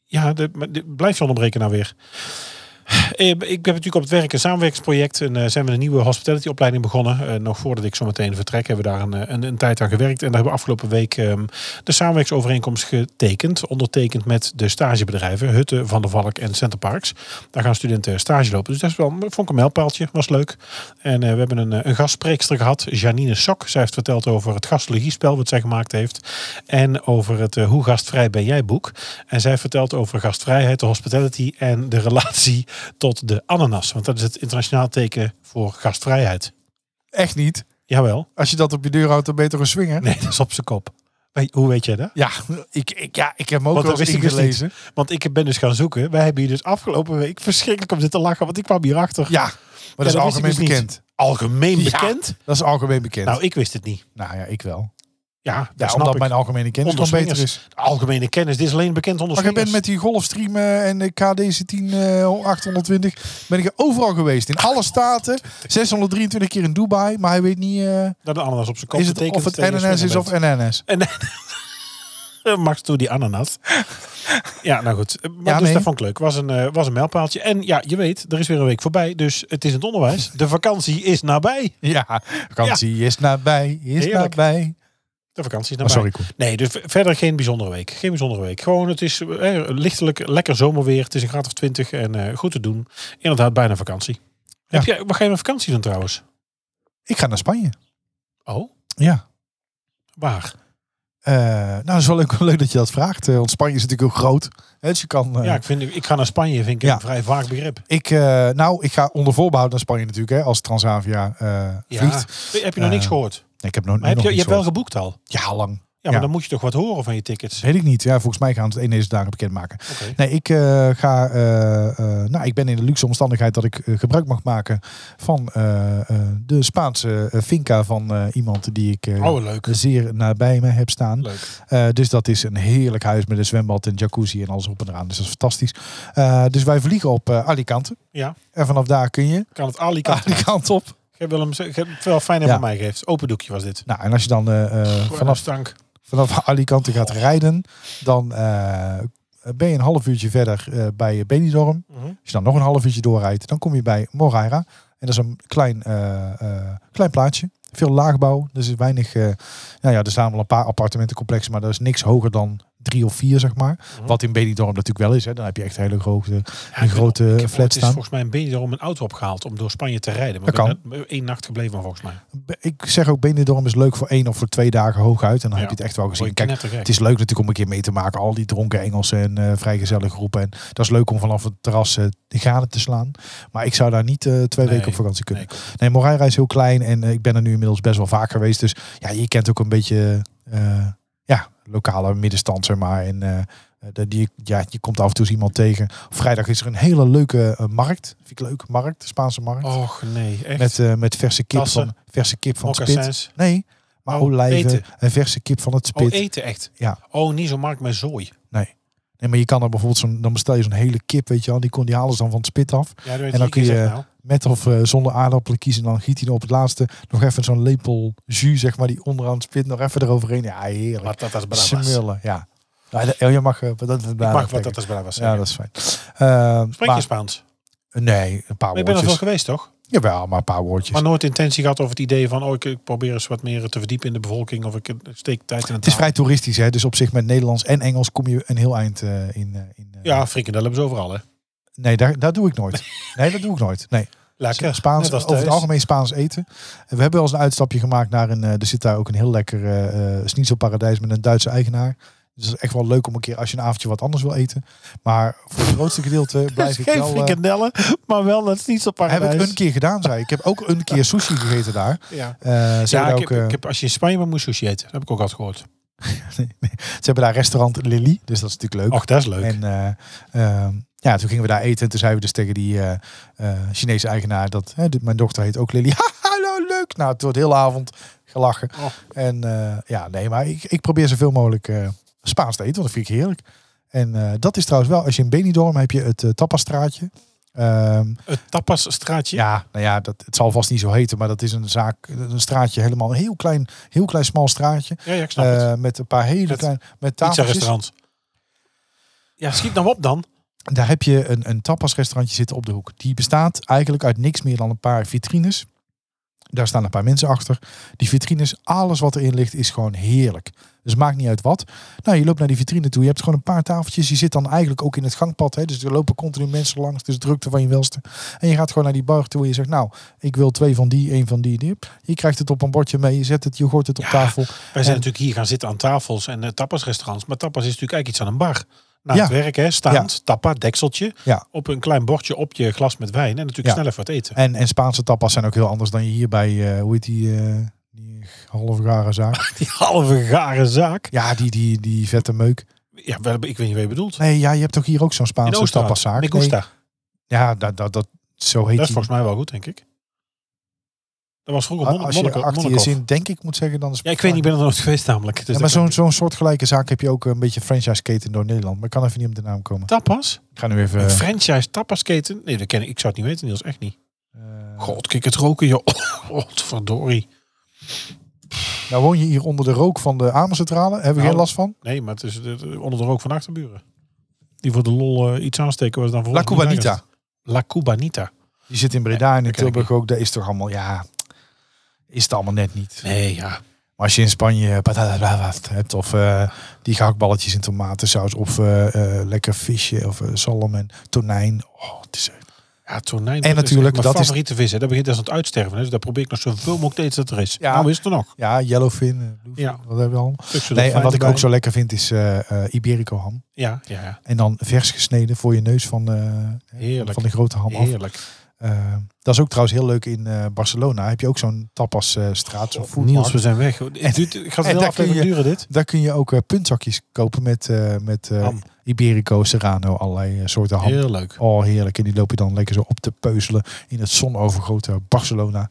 Speaker 2: Ja, de, maar de- blijf je onderbreken nou weer. Eh, Ik heb natuurlijk op het werk een samenwerkingsproject en eh, zijn we een nieuwe hospitality opleiding begonnen. Eh, nog voordat ik zo meteen vertrek hebben we daar een, eh, een, een tijd aan gewerkt. En daar hebben we afgelopen week ehm, de samenwerkingsovereenkomst getekend. Ondertekend met de stagebedrijven Hutten, Van der Valk en Center Parks. Daar gaan studenten stage lopen. Dus dat is wel, vond ik een mijlpaaltje, was leuk. En eh, we hebben een, eh, een gastspreekster gehad, Janine Sok. Zij heeft verteld over het gastologiespel wat zij gemaakt heeft. En over het eh, Hoe gastvrij ben jij boek. En zij vertelt over gastvrijheid, de hospitality en de relatie tot de ananas. Want dat is het internationaal teken voor gastvrijheid.
Speaker 3: Echt niet.
Speaker 2: Jawel.
Speaker 3: Als je dat op je deur houdt, dan beter een swinger.
Speaker 2: Nee, dat is op zijn kop. Weet- Hoe weet jij dat?
Speaker 3: Ja, ik, ik, ja, ik heb hem ook
Speaker 2: Want
Speaker 3: wel
Speaker 2: dat
Speaker 3: eens
Speaker 2: wist ik dus
Speaker 3: ingelezen.
Speaker 2: Want ik ben dus gaan zoeken. Wij hebben hier dus afgelopen week verschrikkelijk om zitten lachen. Want ik kwam hierachter.
Speaker 3: Ja, maar dat is
Speaker 2: dat wist ik
Speaker 3: algemeen
Speaker 2: dus niet.
Speaker 3: bekend.
Speaker 2: Algemeen
Speaker 3: Ja.
Speaker 2: bekend?
Speaker 3: Dat is algemeen bekend. Nou,
Speaker 2: Nou, ik wist het niet.
Speaker 3: ja, ik wel.
Speaker 2: Ja, dat
Speaker 3: Ja,
Speaker 2: snap
Speaker 3: omdat
Speaker 2: ik.
Speaker 3: mijn algemene kennis nog
Speaker 2: Onderswingers.
Speaker 3: beter is.
Speaker 2: De algemene kennis, dit is alleen bekend onder
Speaker 3: Maar ik ben
Speaker 2: swingers.
Speaker 3: met die Golfstream eh, en de KDC 10 eh, 820 ben ik overal geweest. In alle staten. 623 keer in Dubai. Maar hij weet niet eh,
Speaker 2: Dat de ananas op zijn kop
Speaker 3: is het,
Speaker 2: betekent
Speaker 3: of het
Speaker 2: dat je een
Speaker 3: NNS is
Speaker 2: swinger
Speaker 3: of NNS.
Speaker 2: bent. Max toe die ananas. ja, nou goed. Maar
Speaker 3: Ja,
Speaker 2: dus
Speaker 3: nee.
Speaker 2: dat vond ik leuk. Was een, eh, was een mijlpaaltje. En ja, je weet, er is weer een week voorbij. Dus het is in het onderwijs. De vakantie is nabij.
Speaker 3: Ja, vakantie is nabij. Is
Speaker 2: Heerlijk.
Speaker 3: nabij.
Speaker 2: De vakantie is
Speaker 3: Oh,
Speaker 2: nabij.
Speaker 3: sorry, Koen.
Speaker 2: Nee, dus verder geen bijzondere week. Geen bijzondere week. Gewoon, het is eh, lichtelijk lekker zomerweer. Het is een graad of twintig en eh, goed te doen. Inderdaad, bijna vakantie.
Speaker 3: Ja.
Speaker 2: Heb jij, waar ga je naar vakantie dan trouwens?
Speaker 3: Ik ga naar Spanje.
Speaker 2: Oh,
Speaker 3: Ja.
Speaker 2: waar?
Speaker 3: Eh, nou, dat is wel leuk, leuk dat je dat vraagt. eh, want Spanje is natuurlijk ook groot. Hè, dus je kan, eh,
Speaker 2: Ja, ik, vind, ik ga naar Spanje, vind ik
Speaker 3: Ja.
Speaker 2: een vrij vaag begrip.
Speaker 3: ik, eh, nou, ik ga onder voorbehoud naar Spanje natuurlijk, hè, als Transavia eh,
Speaker 2: Ja.
Speaker 3: vliegt.
Speaker 2: Heb je nog
Speaker 3: Eh,
Speaker 2: niks gehoord?
Speaker 3: Nee, ik heb nog,
Speaker 2: Maar heb
Speaker 3: nog
Speaker 2: je, je
Speaker 3: niets
Speaker 2: hebt wel
Speaker 3: gehoord.
Speaker 2: geboekt al.
Speaker 3: Ja, lang.
Speaker 2: Ja, maar
Speaker 3: Ja.
Speaker 2: dan moet je toch wat horen van je tickets.
Speaker 3: Dat weet ik niet. Ja, volgens mij gaan ze het een deze dagen bekendmaken.
Speaker 2: Oké.
Speaker 3: Nee, ik eh, ga. eh, eh, nou, ik ben in de luxe omstandigheid dat ik eh, gebruik mag maken van eh, eh, de Spaanse eh, finca van eh, iemand die ik eh,
Speaker 2: Oh, leuk.
Speaker 3: zeer nabij me heb staan.
Speaker 2: Leuk.
Speaker 3: Eh, dus dat is een heerlijk huis met een zwembad en jacuzzi en alles op en eraan. Dus dat is fantastisch. Eh, dus wij vliegen op eh, Alicante.
Speaker 2: Ja.
Speaker 3: En vanaf daar kun je
Speaker 2: Kan het Ali kan.
Speaker 3: Alicante op.
Speaker 2: Jij wil hem ze- jij hebt wel fijn
Speaker 3: Ah. Ja.
Speaker 2: hebben mij geeft. Open doekje was dit.
Speaker 3: Nou, en als je dan eh, eh,
Speaker 2: Vanaf
Speaker 3: vanaf,
Speaker 2: stank.
Speaker 3: vanaf Alicante gaat rijden, dan eh, ben je een half uurtje verder eh, bij Benidorm.
Speaker 2: Mhm.
Speaker 3: Als je dan nog een half uurtje doorrijdt, dan kom je bij Moraira. En dat is een klein, eh, eh, klein plaatsje. Veel laagbouw. Dus is weinig. eh, nou ja, er staan wel een paar appartementencomplexen, maar dat is niks hoger dan drie of vier, zeg maar.
Speaker 2: Mhm.
Speaker 3: Wat in Benidorm natuurlijk wel is. Hè. Dan heb je echt hele grote,
Speaker 2: Ja,
Speaker 3: een
Speaker 2: ik wil-
Speaker 3: grote
Speaker 2: Ik heb ooit
Speaker 3: flat
Speaker 2: eens
Speaker 3: staan.
Speaker 2: volgens mij een beetje daarom een auto opgehaald om door Spanje te rijden. Maar
Speaker 3: Dat
Speaker 2: ik
Speaker 3: kan.
Speaker 2: ben net één nacht gebleven volgens mij.
Speaker 3: Be- Ik zeg ook, Benidorm is leuk voor één of voor twee dagen hooguit. En
Speaker 2: Ja.
Speaker 3: dan heb je het echt wel gezien.
Speaker 2: Word
Speaker 3: Kijk,
Speaker 2: je knettergek.
Speaker 3: Het is leuk natuurlijk om een keer mee te maken. Al die dronken Engelsen en eh vrijgezellige groepen. En dat is leuk om vanaf het terras eh, de gaten te slaan. Maar ik zou daar niet eh, twee
Speaker 2: Nee,
Speaker 3: weken op vakantie kunnen.
Speaker 2: nee, klopt.
Speaker 3: Nee, Moraira is heel klein en eh, ik ben er nu inmiddels best wel vaak geweest. Dus ja, je kent ook een beetje eh, ja, lokale middenstand, zeg maar. En eh, de- die, ja, je komt af en toe eens iemand tegen. Vrijdag is er een hele leuke eh, markt. Vind ik leuk, markt, de Spaanse markt.
Speaker 2: Och nee, Oh, echt.
Speaker 3: met, eh, met verse kip
Speaker 2: Tassen.
Speaker 3: van, verse kip van het spit.
Speaker 2: Mocassins.
Speaker 3: Nee, maar
Speaker 2: Oh,
Speaker 3: olijven
Speaker 2: eten.
Speaker 3: en verse kip van het
Speaker 2: Oh,
Speaker 3: spit.
Speaker 2: eten echt.
Speaker 3: Ja.
Speaker 2: Oh, niet zo'n markt met zooi.
Speaker 3: nee, maar je kan er bijvoorbeeld zo'n, dan bestel je zo'n hele kip, weet je wel. Die, kon, die halen ze dan van het spit af.
Speaker 2: Ja, dat weet
Speaker 3: En dan
Speaker 2: ik.
Speaker 3: kun
Speaker 2: Ik zeg
Speaker 3: je-
Speaker 2: nou.
Speaker 3: met of eh, zonder aardappelen kiezen. En dan giet hij er op het laatste nog even zo'n lepel jus, zeg maar, die onderaan spit nog even eroverheen. Ja, heerlijk.
Speaker 2: Patatas bravas. Ik
Speaker 3: Smullen, ja. Ja, de- oh, je mag dat, dat,
Speaker 2: mag patatas bravas
Speaker 3: Ja,
Speaker 2: zeggen.
Speaker 3: dat is fijn. Eh,
Speaker 2: Spreek je
Speaker 3: maar-
Speaker 2: Spaans?
Speaker 3: nee, een paar
Speaker 2: Maar je bent er wel
Speaker 3: woordjes.
Speaker 2: geweest, toch?
Speaker 3: Jawel, maar een paar woordjes.
Speaker 2: Maar nooit intentie gehad over het idee van... oh, ik, ik probeer eens wat meer te verdiepen in de bevolking... of ik steek tijd in het
Speaker 3: het is vrij toeristisch, hè? dus op zich met Nederlands en Engels kom je een heel eind eh, in. eh, in eh,
Speaker 2: Ja, frikandellen hebben ze overal, hè?
Speaker 3: Nee, daar, daar doe ik nooit. Nee, dat doe ik nooit. Nee.
Speaker 2: Lekker.
Speaker 3: Spaans,
Speaker 2: Net als
Speaker 3: over het
Speaker 2: thuis.
Speaker 3: algemeen Spaans eten. En We hebben wel eens een uitstapje gemaakt naar een. eh, er zit daar ook een heel lekker eh eh, schnitzelparadijs met een Duitse eigenaar. Dus dat is echt wel leuk om een keer als je een avondje wat anders wil eten. Maar voor het grootste gedeelte blijf ik
Speaker 2: Geen
Speaker 3: wel. eh,
Speaker 2: frikandellen, maar wel dat is niet zo
Speaker 3: heb
Speaker 2: paradijs.
Speaker 3: ik een keer gedaan, zei ik. Ik heb ook een keer sushi gegeten daar.
Speaker 2: Ja,
Speaker 3: Eh, ze,
Speaker 2: ja
Speaker 3: hebben
Speaker 2: ik,
Speaker 3: ook,
Speaker 2: heb,
Speaker 3: eh,
Speaker 2: ik heb, als je in Spanje bent, moet je sushi eten. Dat heb ik ook altijd gehoord.
Speaker 3: ze hebben daar restaurant Lily, dus dat is natuurlijk leuk.
Speaker 2: Och, dat is leuk.
Speaker 3: En eh, ehm, ja, toen gingen we daar eten. En toen zeiden we dus tegen die eh, eh, Chinese eigenaar dat hè, dit- mijn dochter heet ook Lily. Ha, hallo, leuk. Nou, het wordt heel avond gelachen.
Speaker 2: Oh.
Speaker 3: En eh, ja, nee, maar ik, ik probeer zoveel mogelijk eh, Spaans te eten, want dat vind ik heerlijk. En eh, dat is trouwens wel, als je in Benidorm heb je het eh, tapasstraatje. Ehm,
Speaker 2: Het tapasstraatje.
Speaker 3: ja, nou ja, dat, het zal vast niet zo heten, maar dat is een zaak, een straatje helemaal, een heel klein, heel klein smal straatje.
Speaker 2: Ja, ja, ik snap het.
Speaker 3: eh, met een paar hele
Speaker 2: Met
Speaker 3: kleine, met
Speaker 2: Pizza
Speaker 3: tafeltjes.
Speaker 2: restaurant. Ja, schiet nou op dan.
Speaker 3: Daar heb je een, een tapasrestaurantje zitten op de hoek. Die bestaat eigenlijk uit niks meer dan een paar vitrines. Daar staan een paar mensen achter. Die vitrines, alles wat erin ligt, is gewoon heerlijk. Dus maakt niet uit wat. Nou, je loopt naar die vitrine toe. Je hebt gewoon een paar tafeltjes. Je zit dan eigenlijk ook in het gangpad. Hè? Dus er lopen continu mensen langs. Dus drukte van je welste. En je gaat gewoon naar die bar toe. En je zegt, nou, ik wil twee van die, één van die. die. Je krijgt het op een bordje mee. Je zet het, je gooit het op
Speaker 2: Ja.
Speaker 3: tafel.
Speaker 2: Wij
Speaker 3: En-
Speaker 2: zijn natuurlijk hier gaan zitten aan tafels en eh, tapasrestaurants. Maar tapas is natuurlijk eigenlijk iets aan een bar. Na
Speaker 3: Ja.
Speaker 2: het werk, hè, staand, tappa, dekseltje.
Speaker 3: Ja.
Speaker 2: Op een klein bordje op je glas met wijn. En natuurlijk
Speaker 3: Ja.
Speaker 2: snel even wat eten.
Speaker 3: En, en Spaanse tapas zijn ook heel anders dan je hier bij, eh, hoe heet die, eh, die halve gare zaak.
Speaker 2: Die halve gare zaak.
Speaker 3: Ja, die, die, die vette meuk.
Speaker 2: Ja, wel, ik weet niet wat je bedoelt.
Speaker 3: Nee, ja, je hebt toch hier ook zo'n
Speaker 2: In
Speaker 3: Spaanse
Speaker 2: Oosterhout.
Speaker 3: tapaszaak?
Speaker 2: Me
Speaker 3: Nee.
Speaker 2: gusta.
Speaker 3: Ja, dat, dat, dat, zo heet
Speaker 2: Dat is
Speaker 3: die.
Speaker 2: volgens mij wel goed, denk ik. Dat was vroeger
Speaker 3: Als je
Speaker 2: Monnikov.
Speaker 3: achter je zin denk ik moet zeggen, dan is
Speaker 2: Ja, ik weet niet, ik ben er nooit geweest namelijk. Dus
Speaker 3: Ja,
Speaker 2: dat
Speaker 3: maar
Speaker 2: kan
Speaker 3: zo'n
Speaker 2: ik-
Speaker 3: zo'n soortgelijke zaak heb je ook eh, een beetje franchise-keten door Nederland. Maar ik kan even niet op de naam komen.
Speaker 2: tapas?
Speaker 3: Ik ga nu even...
Speaker 2: Een franchise tapasketen? Nee, dat ken ik. Ik zou het niet weten, Niels. Echt niet.
Speaker 3: eh,
Speaker 2: God, kijk het roken, joh. Godverdorie.
Speaker 3: nou woon je hier onder de rook van de Amercentrale. Hebben we
Speaker 2: Nou,
Speaker 3: geen last van?
Speaker 2: Nee, maar het is de- de- onder de rook van achterburen. Die voor de lol eh, iets aansteken was dan voor
Speaker 3: La Cubanita.
Speaker 2: La Cubanita.
Speaker 3: Die zit in Breda en in
Speaker 2: dat ken ik
Speaker 3: Tilburg ook. Dat is toch allemaal... Ja, is het allemaal net niet.
Speaker 2: Nee, ja.
Speaker 3: Maar als je in Spanje eh, patatata hebt of eh, die gehaktballetjes in tomatensaus of eh, eh, lekker visje of eh, zalm en tonijn. Oh, het is echt-
Speaker 2: Ja, tonijn.
Speaker 3: En natuurlijk,
Speaker 2: is echt
Speaker 3: dat
Speaker 2: mijn
Speaker 3: is-
Speaker 2: favoriete vis. Hè. Dat begint als aan het uitsterven. Hè. Dus daar probeer ik nog zoveel mogelijk steeds dat er is.
Speaker 3: Ja.
Speaker 2: Nou is het er nog.
Speaker 3: ja, yellowfin, eh, bluefin,
Speaker 2: Ja.
Speaker 3: wat hebben we allemaal.
Speaker 2: Stukjes
Speaker 3: Nee, en
Speaker 2: dolfijn
Speaker 3: wat ik ook
Speaker 2: erbij.
Speaker 3: zo lekker vind is eh, eh, Iberico ham.
Speaker 2: Ja, ja, ja.
Speaker 3: En dan vers gesneden voor je neus van, eh,
Speaker 2: Heerlijk.
Speaker 3: van de grote ham af.
Speaker 2: Heerlijk.
Speaker 3: Eh, dat is ook trouwens heel leuk in eh, Barcelona. Heb je ook zo'n tapasstraat, zo'n
Speaker 2: Niels, we
Speaker 3: foodmarkt.
Speaker 2: zijn weg. Het duurt, ik ga het
Speaker 3: en
Speaker 2: heel
Speaker 3: daar
Speaker 2: aflevering
Speaker 3: kun
Speaker 2: duren, dit.
Speaker 3: Daar kun je ook eh, puntzakjes kopen met, eh, met eh,
Speaker 2: Ham.
Speaker 3: Iberico, Serrano, allerlei eh, soorten ham.
Speaker 2: Heel leuk.
Speaker 3: Oh, heerlijk. En die loop je dan lekker zo op te peuzelen in het zonovergoten Barcelona.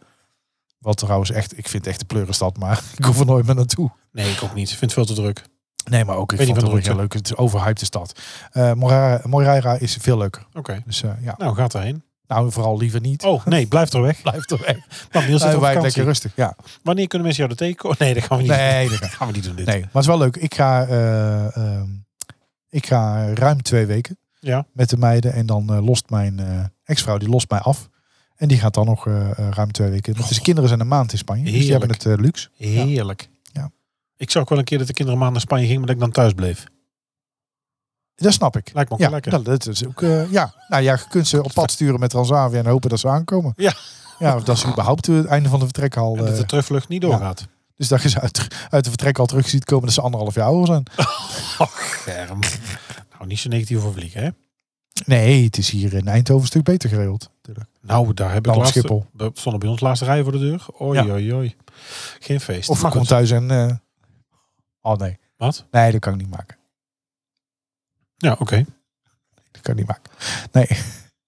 Speaker 3: Wat trouwens echt, ik vind het echt de pleurenstad, maar ik hoef er nooit meer naartoe.
Speaker 2: Nee, ik ook niet. Ik vind het veel te druk.
Speaker 3: Nee, maar ook, ik
Speaker 2: Weet niet
Speaker 3: vond het
Speaker 2: van
Speaker 3: ook heel leuk. Het is overhypte stad. Eh Moreira, Moreira is veel leuker.
Speaker 2: Oké.
Speaker 3: Dus eh, ja,
Speaker 2: Nou, gaat daarheen.
Speaker 3: nou vooral liever niet.
Speaker 2: Oh, nee, blijf er weg.
Speaker 3: Blijf er weg.
Speaker 2: Want Niels zit
Speaker 3: Blijf
Speaker 2: op
Speaker 3: wij
Speaker 2: vakantie.
Speaker 3: lekker rustig. Ja.
Speaker 2: Wanneer kunnen mensen jou de teken? Nee, dat gaan we niet doen.
Speaker 3: Nee, dat kan.
Speaker 2: Dat gaan we niet doen, dit.
Speaker 3: nee, maar het is wel leuk. Ik ga, eh, ehm, ik ga ruim twee weken
Speaker 2: Ja.
Speaker 3: met de meiden. En dan eh, lost mijn eh, ex-vrouw, die lost mij af. En die gaat dan nog eh, eh, ruim twee weken. Want de kinderen zijn een maand in Spanje. Dus die hebben
Speaker 2: Oh. Heerlijk.
Speaker 3: het eh, luxe.
Speaker 2: Heerlijk.
Speaker 3: Ja.
Speaker 2: Ik zag ook wel een keer dat de kinderen een maand naar Spanje gingen, maar dat ik dan thuis bleef.
Speaker 3: Dat snap ik.
Speaker 2: Lijkt me ook
Speaker 3: Ja,
Speaker 2: wel lekker.
Speaker 3: dat, dat is ook, eh, ja. Nou ja, je kunt ze op pad sturen met Transavia en hopen dat ze aankomen.
Speaker 2: Ja.
Speaker 3: Ja, of dat ze überhaupt eh, het einde van de vertrek al...
Speaker 2: en dat
Speaker 3: eh,
Speaker 2: de terugvlucht niet doorgaat.
Speaker 3: dus dat je ze uit, uit de vertrek al terug ziet komen dat ze anderhalf jaar ouder zijn.
Speaker 2: Germ. nou, niet zo negatief over vliegen, hè?
Speaker 3: Nee, het is hier in Eindhoven een stuk beter geregeld. natuurlijk.
Speaker 2: Nou, daar heb ik
Speaker 3: Dan op
Speaker 2: laatst...
Speaker 3: Schiphol.
Speaker 2: We stonden bij ons laatste rij voor de deur. Oei,
Speaker 3: Ja.
Speaker 2: oei, oei. Geen feest.
Speaker 3: Of ik
Speaker 2: Maar
Speaker 3: kom
Speaker 2: goed.
Speaker 3: thuis en... eh, oh nee.
Speaker 2: Wat?
Speaker 3: Nee, dat kan ik niet maken.
Speaker 2: Ja, oké.
Speaker 3: Dat kan ik niet maken.
Speaker 2: Nee,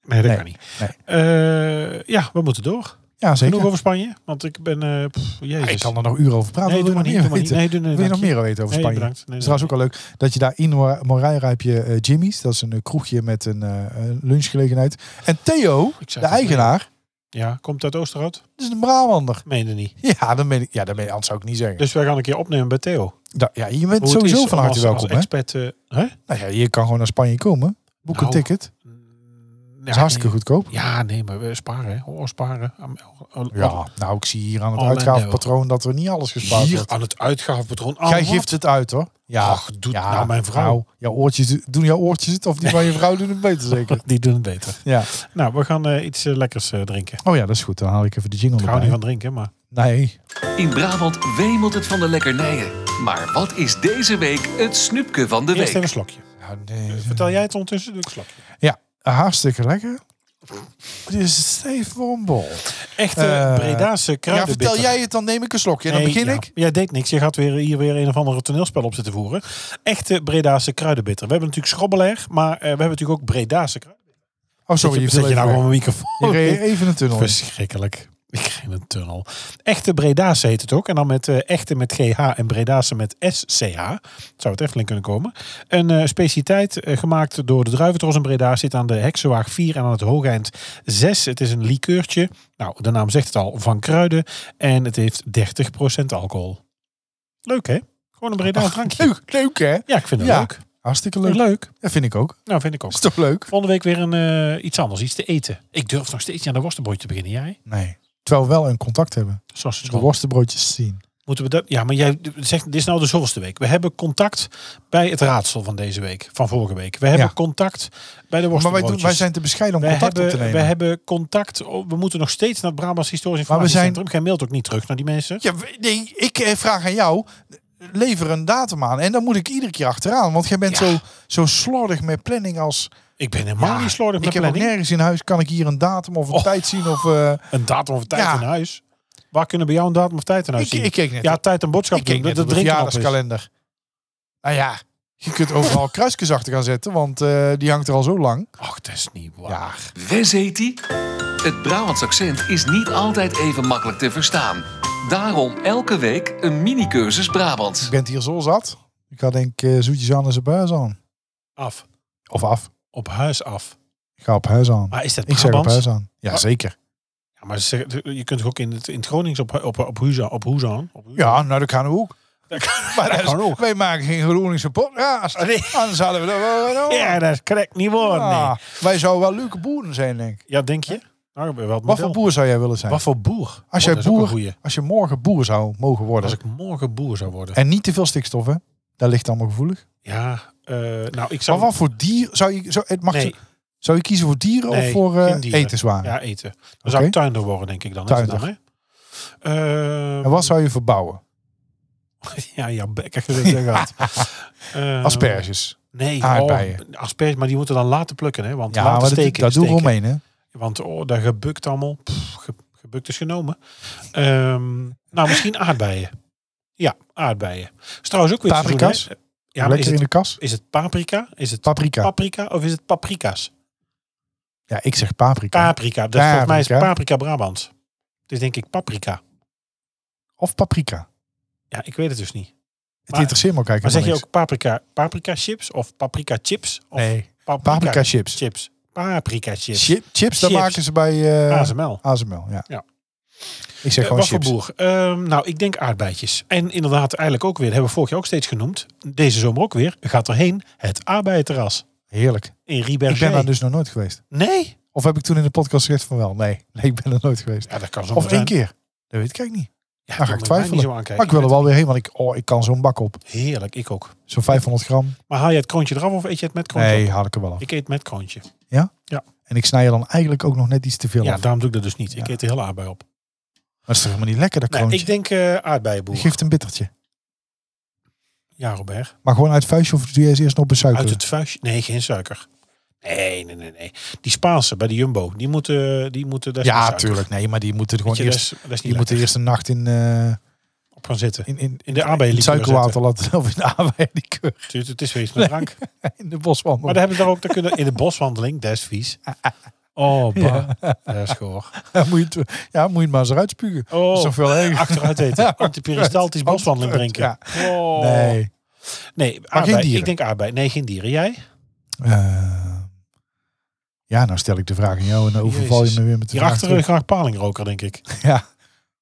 Speaker 2: dat
Speaker 3: Nee,
Speaker 2: kan niet. Eh, ja, we moeten door.
Speaker 3: Ja, zeker.
Speaker 2: Genoeg over Spanje, want ik ben... eh pff, jezus.
Speaker 3: Ja, ik kan er nog uren over praten.
Speaker 2: nee,
Speaker 3: Wil
Speaker 2: doe
Speaker 3: je
Speaker 2: maar
Speaker 3: nog
Speaker 2: niet.
Speaker 3: meer
Speaker 2: doe maar niet.
Speaker 3: weten?
Speaker 2: Nee, doe, nee,
Speaker 3: Wil je
Speaker 2: dank
Speaker 3: nog
Speaker 2: je.
Speaker 3: meer weten over
Speaker 2: Nee,
Speaker 3: Spanje?
Speaker 2: bedankt. Nee,
Speaker 3: Het is trouwens
Speaker 2: nee.
Speaker 3: ook wel leuk dat je daar in Mor- Moreira heb je eh, Jimmy's. Dat is een eh, kroegje met een eh, eh, lunchgelegenheid. En Theo,
Speaker 2: Ik
Speaker 3: de
Speaker 2: zei het al,
Speaker 3: eigenaar,
Speaker 2: Ja, komt uit Oosterhout?
Speaker 3: dat is een Brabander.
Speaker 2: Meende niet.
Speaker 3: Ja, dan ben ik, ja, dan ben ik anders zou ik niet zeggen.
Speaker 2: Dus wij gaan een keer opnemen bij Theo.
Speaker 3: Da- ja, je bent
Speaker 2: Hoe het
Speaker 3: sowieso
Speaker 2: is
Speaker 3: van
Speaker 2: om
Speaker 3: harte
Speaker 2: als-
Speaker 3: welkom.
Speaker 2: Als
Speaker 3: Hè?
Speaker 2: expat, eh, hè?
Speaker 3: Nou ja, je kan gewoon naar Spanje komen. Boek een
Speaker 2: Nou,
Speaker 3: ticket. Dat
Speaker 2: Ja,
Speaker 3: is hartstikke goedkoop.
Speaker 2: Ja, nee, maar we sparen. Hè. Oh, sparen. Am- al-
Speaker 3: Ja, nou, ik zie hier aan het
Speaker 2: Oh. Orlando.
Speaker 3: uitgavenpatroon dat er niet alles gespaard
Speaker 2: Hier
Speaker 3: wordt.
Speaker 2: aan het uitgavenpatroon.
Speaker 3: Jij geeft het uit, hoor. Ja,
Speaker 2: Ach, doet nou mijn vrouw.
Speaker 3: nou, jouw oortjes, doen jouw oortjes het of die van je vrouw doen het beter zeker?
Speaker 2: Die doen het beter.
Speaker 3: Ja.
Speaker 2: Nou, we gaan eh, iets eh, lekkers eh, drinken.
Speaker 3: Oh ja, dat is goed. Dan haal ik even de jingle
Speaker 2: Ik hou niet
Speaker 3: erbij.
Speaker 2: van drinken, maar
Speaker 3: Nee.
Speaker 1: In Brabant wemelt het van de lekkernijen. Maar wat is deze week het snoepje van de
Speaker 2: eerst even een
Speaker 1: week?
Speaker 2: slokje.
Speaker 3: Ja, nee.
Speaker 2: Vertel jij het ondertussen, doe ik een slokje.
Speaker 3: Ja, hartstikke lekker. Dit is Steve Wombol.
Speaker 2: Echte
Speaker 3: Eh,
Speaker 2: Bredaanse
Speaker 3: Ja,
Speaker 2: kruidenbitter.
Speaker 3: vertel jij het, dan neem ik een slokje. En dan
Speaker 2: Nee,
Speaker 3: begin
Speaker 2: ja.
Speaker 3: ik.
Speaker 2: Jij deed niks. Je gaat weer, hier weer een of andere toneelspel op zitten voeren. Echte Bredaanse kruidenbitter. We hebben natuurlijk schrobbelair, maar eh, we hebben natuurlijk ook Bredaanse kruidenbitter.
Speaker 3: Oh,
Speaker 2: Zet
Speaker 3: sorry. Je,
Speaker 2: je, zet je nou gewoon een microfoon? in?
Speaker 3: even een tunnel. in.
Speaker 2: Verschrikkelijk. Ik ging in een tunnel. Echte Bredaanse heet het ook. En dan met eh, echte met GH en Bredaanse met SCH. Zou het Efteling kunnen komen. Een eh, specialiteit eh, gemaakt door de Druiventros in Breda. Zit aan de Heksenwaag 4 en aan het Hoogeind 6. Het is een likeurtje. Nou, de naam zegt het al. Van kruiden. En het heeft 30% alcohol. Leuk hè? Gewoon een Bredaans drankje.
Speaker 3: Leuk, leuk hè?
Speaker 2: Ja, ik vind het
Speaker 3: Ja.
Speaker 2: leuk.
Speaker 3: Hartstikke
Speaker 2: Leuk.
Speaker 3: leuk. Dat vind ik ook.
Speaker 2: Nou, vind ik ook.
Speaker 3: Is toch leuk?
Speaker 2: Volgende week weer een, eh, iets anders. Iets te eten. Ik durf nog steeds niet aan de worstenbroodje te beginnen. Jij?
Speaker 3: Nee. Terwijl we wel een contact hebben.
Speaker 2: Zoals het
Speaker 3: De worstenbroodjes zien.
Speaker 2: Moeten we dat? Ja, maar jij zegt, dit is nou de zoveelste week. We hebben contact bij het raadsel van deze week, van vorige week. We hebben
Speaker 3: Ja.
Speaker 2: contact bij de
Speaker 3: Maar wij, doen,
Speaker 2: worstenbroodjes.
Speaker 3: wij zijn te bescheiden om
Speaker 2: We
Speaker 3: contact
Speaker 2: hebben,
Speaker 3: op te nemen.
Speaker 2: we hebben contact. oh, We moeten nog steeds naar het Brabants Historisch
Speaker 3: Maar we zijn-
Speaker 2: Informatiecentrum. Jij mailt ook niet terug naar die mensen.
Speaker 3: Ja, we- nee, ik eh, vraag aan jou. Lever een datum aan. En dan moet ik iedere keer achteraan. Want jij bent
Speaker 2: Ja.
Speaker 3: zo, zo slordig met planning als...
Speaker 2: Ik ben helemaal
Speaker 3: Ja,
Speaker 2: niet slordig
Speaker 3: ik
Speaker 2: met
Speaker 3: heb
Speaker 2: planning.
Speaker 3: ook nergens in huis. Kan ik hier een datum of een
Speaker 2: Oh.
Speaker 3: tijd zien? Of, eh,
Speaker 2: Een datum of tijd
Speaker 3: Ja.
Speaker 2: in huis. Waar kunnen bij jou een datum of tijd in huis
Speaker 3: ik,
Speaker 2: zien?
Speaker 3: ik keek net,
Speaker 2: Nou, ja, tijd en boodschap.
Speaker 3: ik keek net
Speaker 2: dat
Speaker 3: op
Speaker 2: dat
Speaker 3: de
Speaker 2: drinken op is.
Speaker 3: verjaardagskalender. Nou ja, je kunt overal kruisjes achter gaan zetten. Want eh, die hangt er al zo lang.
Speaker 2: Ach, dat is niet waar.
Speaker 3: Ja.
Speaker 1: Wes heet die? Het Brabants accent is niet altijd even makkelijk te verstaan. Daarom elke week een mini-cursus Brabants.
Speaker 3: Ik ben het hier zo zat. Ik ga denk ik eh, zoetjes aan en zijn buis aan.
Speaker 2: Af.
Speaker 3: Of af.
Speaker 2: Op huis af.
Speaker 3: Ik ga op huis aan.
Speaker 2: Maar is dat
Speaker 3: Ik zeg op
Speaker 2: Ah, Brabants?
Speaker 3: huis aan. Ja,
Speaker 2: Ah.
Speaker 3: zeker.
Speaker 2: Ja, maar ze zeggen- je kunt toch ook in het, in het Gronings op, op, op huis aan- op huis aan? Op huis
Speaker 3: Ja, nou dat kan ook. Maar dat is-
Speaker 2: kan ook. Ah,
Speaker 3: wij maken geen Groningse podcast.
Speaker 2: Nee.
Speaker 3: Anders hadden we dat wel gedaan.
Speaker 2: Ja, dat kan ik niet worden.
Speaker 3: Ah,
Speaker 2: nee.
Speaker 3: Wij zouden wel leuke boeren zijn, denk ik.
Speaker 2: Ja, denk je? Nou, ik ben wel het
Speaker 3: Wat
Speaker 2: model.
Speaker 3: voor boer zou jij willen zijn?
Speaker 2: Wat voor boer?
Speaker 3: Als
Speaker 2: Oh,
Speaker 3: jij
Speaker 2: dat is ook
Speaker 3: boer-
Speaker 2: een goeie.
Speaker 3: Als je morgen boer zou mogen worden.
Speaker 2: Als ik morgen boer zou worden.
Speaker 3: En niet te veel stikstof, hè? Daar ligt allemaal gevoelig.
Speaker 2: Ja, eh, nou, ik zou...
Speaker 3: Maar wat voor dier zou je, zou, het mag
Speaker 2: nee,
Speaker 3: zo- zou je kiezen voor dieren
Speaker 2: Nee,
Speaker 3: of voor eh
Speaker 2: geen dieren.
Speaker 3: etenswaren?
Speaker 2: ja, eten. Dan zou ik
Speaker 3: Oké.
Speaker 2: tuinder worden, denk ik dan. hè,
Speaker 3: Tuinder.
Speaker 2: Saddam, hè? Eh,
Speaker 3: En wat zou je verbouwen?
Speaker 2: Ja, ja, bekker gezegd. daar gaat. Eh,
Speaker 3: Asperges.
Speaker 2: Nee,
Speaker 3: Aardbeien.
Speaker 2: Oh, asperges, maar die moeten dan later plukken, hè? Want
Speaker 3: Ja,
Speaker 2: later
Speaker 3: maar dat,
Speaker 2: steken.
Speaker 3: dat doen we
Speaker 2: steken.
Speaker 3: omheen, hè?
Speaker 2: Want oh, daar gebukt allemaal. Pff, ge- gebukt is genomen. Ehm, nou, misschien aardbeien. Ja, aardbeien. Is trouwens ook weer het seizoen,
Speaker 3: Paprika's?
Speaker 2: hè? Ja, maar is
Speaker 3: Lekker in
Speaker 2: het,
Speaker 3: de kas?
Speaker 2: is het paprika? Is het
Speaker 3: Paprika.
Speaker 2: paprika of is het paprika's?
Speaker 3: ja, ik zeg paprika.
Speaker 2: Paprika. Dat is volgens mij is
Speaker 3: Paprika.
Speaker 2: paprika Brabant. Het is denk ik paprika.
Speaker 3: of paprika. Het
Speaker 2: Ja, ik weet het dus niet. Maar-
Speaker 3: interesseert me ook
Speaker 2: Maar
Speaker 3: eigenlijk
Speaker 2: zeg je
Speaker 3: helemaal
Speaker 2: ook paprika, paprika chips of paprika chips? Of
Speaker 3: niks. Nee, paprika chips.
Speaker 2: chips. Paprika chips.
Speaker 3: Chip, chips, dat
Speaker 2: Chips.
Speaker 3: maken ze bij eh
Speaker 2: ASML.
Speaker 3: ASML, ja.
Speaker 2: Ja.
Speaker 3: Ik zeg
Speaker 2: Eh,
Speaker 3: gewoon
Speaker 2: wat
Speaker 3: chips.
Speaker 2: voor boer? Ehm, nou, ik denk aardbeidjes. En inderdaad, eigenlijk ook weer, dat hebben we vorig jaar ook steeds genoemd. Deze zomer ook weer, gaat erheen het aardbeienterras
Speaker 3: Heerlijk.
Speaker 2: in
Speaker 3: Ik ben
Speaker 2: Riebergen.
Speaker 3: daar dus nog nooit geweest.
Speaker 2: Nee?
Speaker 3: Of heb ik toen in de podcast gezegd van wel? Nee, nee ik ben er nooit geweest.
Speaker 2: Ja, dat kan zomaar
Speaker 3: Of één
Speaker 2: zijn.
Speaker 3: keer. Dat weet ik eigenlijk niet.
Speaker 2: Ja,
Speaker 3: Dan ga
Speaker 2: dat moet
Speaker 3: ik
Speaker 2: mij niet
Speaker 3: twijfelen.
Speaker 2: zo aankijken.
Speaker 3: Maar ik wil er wel weer heen, want ik, oh, ik kan zo'n bak op.
Speaker 2: Heerlijk, ik ook.
Speaker 3: Zo'n 500 gram.
Speaker 2: Maar haal je het kroontje eraf of eet je het met kroontje?
Speaker 3: Nee, haal ik er wel af.
Speaker 2: Ik eet met kroontje.
Speaker 3: En ik snij er dan eigenlijk ook nog net iets te veel
Speaker 2: Ja,
Speaker 3: af.
Speaker 2: daarom doe ik dat dus niet. Ik
Speaker 3: Ja.
Speaker 2: eet de hele aardbei op.
Speaker 3: Maar dat is toch helemaal niet lekker, dat
Speaker 2: Nee,
Speaker 3: kroontje?
Speaker 2: ik denk eh aardbeienboer.
Speaker 3: Geeft een bittertje.
Speaker 2: Ja, Robert.
Speaker 3: Maar gewoon uit het vuistje of doe je ze eerst
Speaker 2: Uit
Speaker 3: nog besuikeren?
Speaker 2: het vuistje? Nee, geen suiker. Nee, nee, nee, nee. Die Spaanse bij de Jumbo, die moeten... Die moeten daar is geen
Speaker 3: Ja,
Speaker 2: suiker.
Speaker 3: tuurlijk. Nee, maar die moeten gewoon
Speaker 2: Weet je, dat
Speaker 3: eerst,
Speaker 2: is, dat is niet
Speaker 3: die moeten eerst een nacht in, eh,
Speaker 2: lekker. op gaan zitten.
Speaker 3: in, in,
Speaker 2: In de
Speaker 3: in het
Speaker 2: aardbeienlikeur
Speaker 3: suikerwater laten. Of in de aardbeienlikeur.
Speaker 2: zetten. Tuurlijk, Het is weer iets met drank.
Speaker 3: In de boswandel.
Speaker 2: Maar daar hebben ze daar ook daar kunnen, in de boswandeling, dat is vies. Oh, bah. Dat is goor.
Speaker 3: moet, je het, ja, moet je het maar eens eruit spugen. Dat is
Speaker 2: Oh,
Speaker 3: toch veel erger.
Speaker 2: achteruit eten. Antiperistaltisch boswandeling
Speaker 3: Achteruit,
Speaker 2: drinken. Oh.
Speaker 3: Nee.
Speaker 2: nee aardbei.
Speaker 3: dieren.
Speaker 2: Ik denk aardbei. Nee, geen dieren. Jij?
Speaker 3: Eh, ja, nou stel ik de vraag aan jou en dan overval
Speaker 2: Jezus.
Speaker 3: je me weer met de vraag
Speaker 2: Hierachter
Speaker 3: terug.
Speaker 2: graag palingroker, denk ik.
Speaker 3: Ja.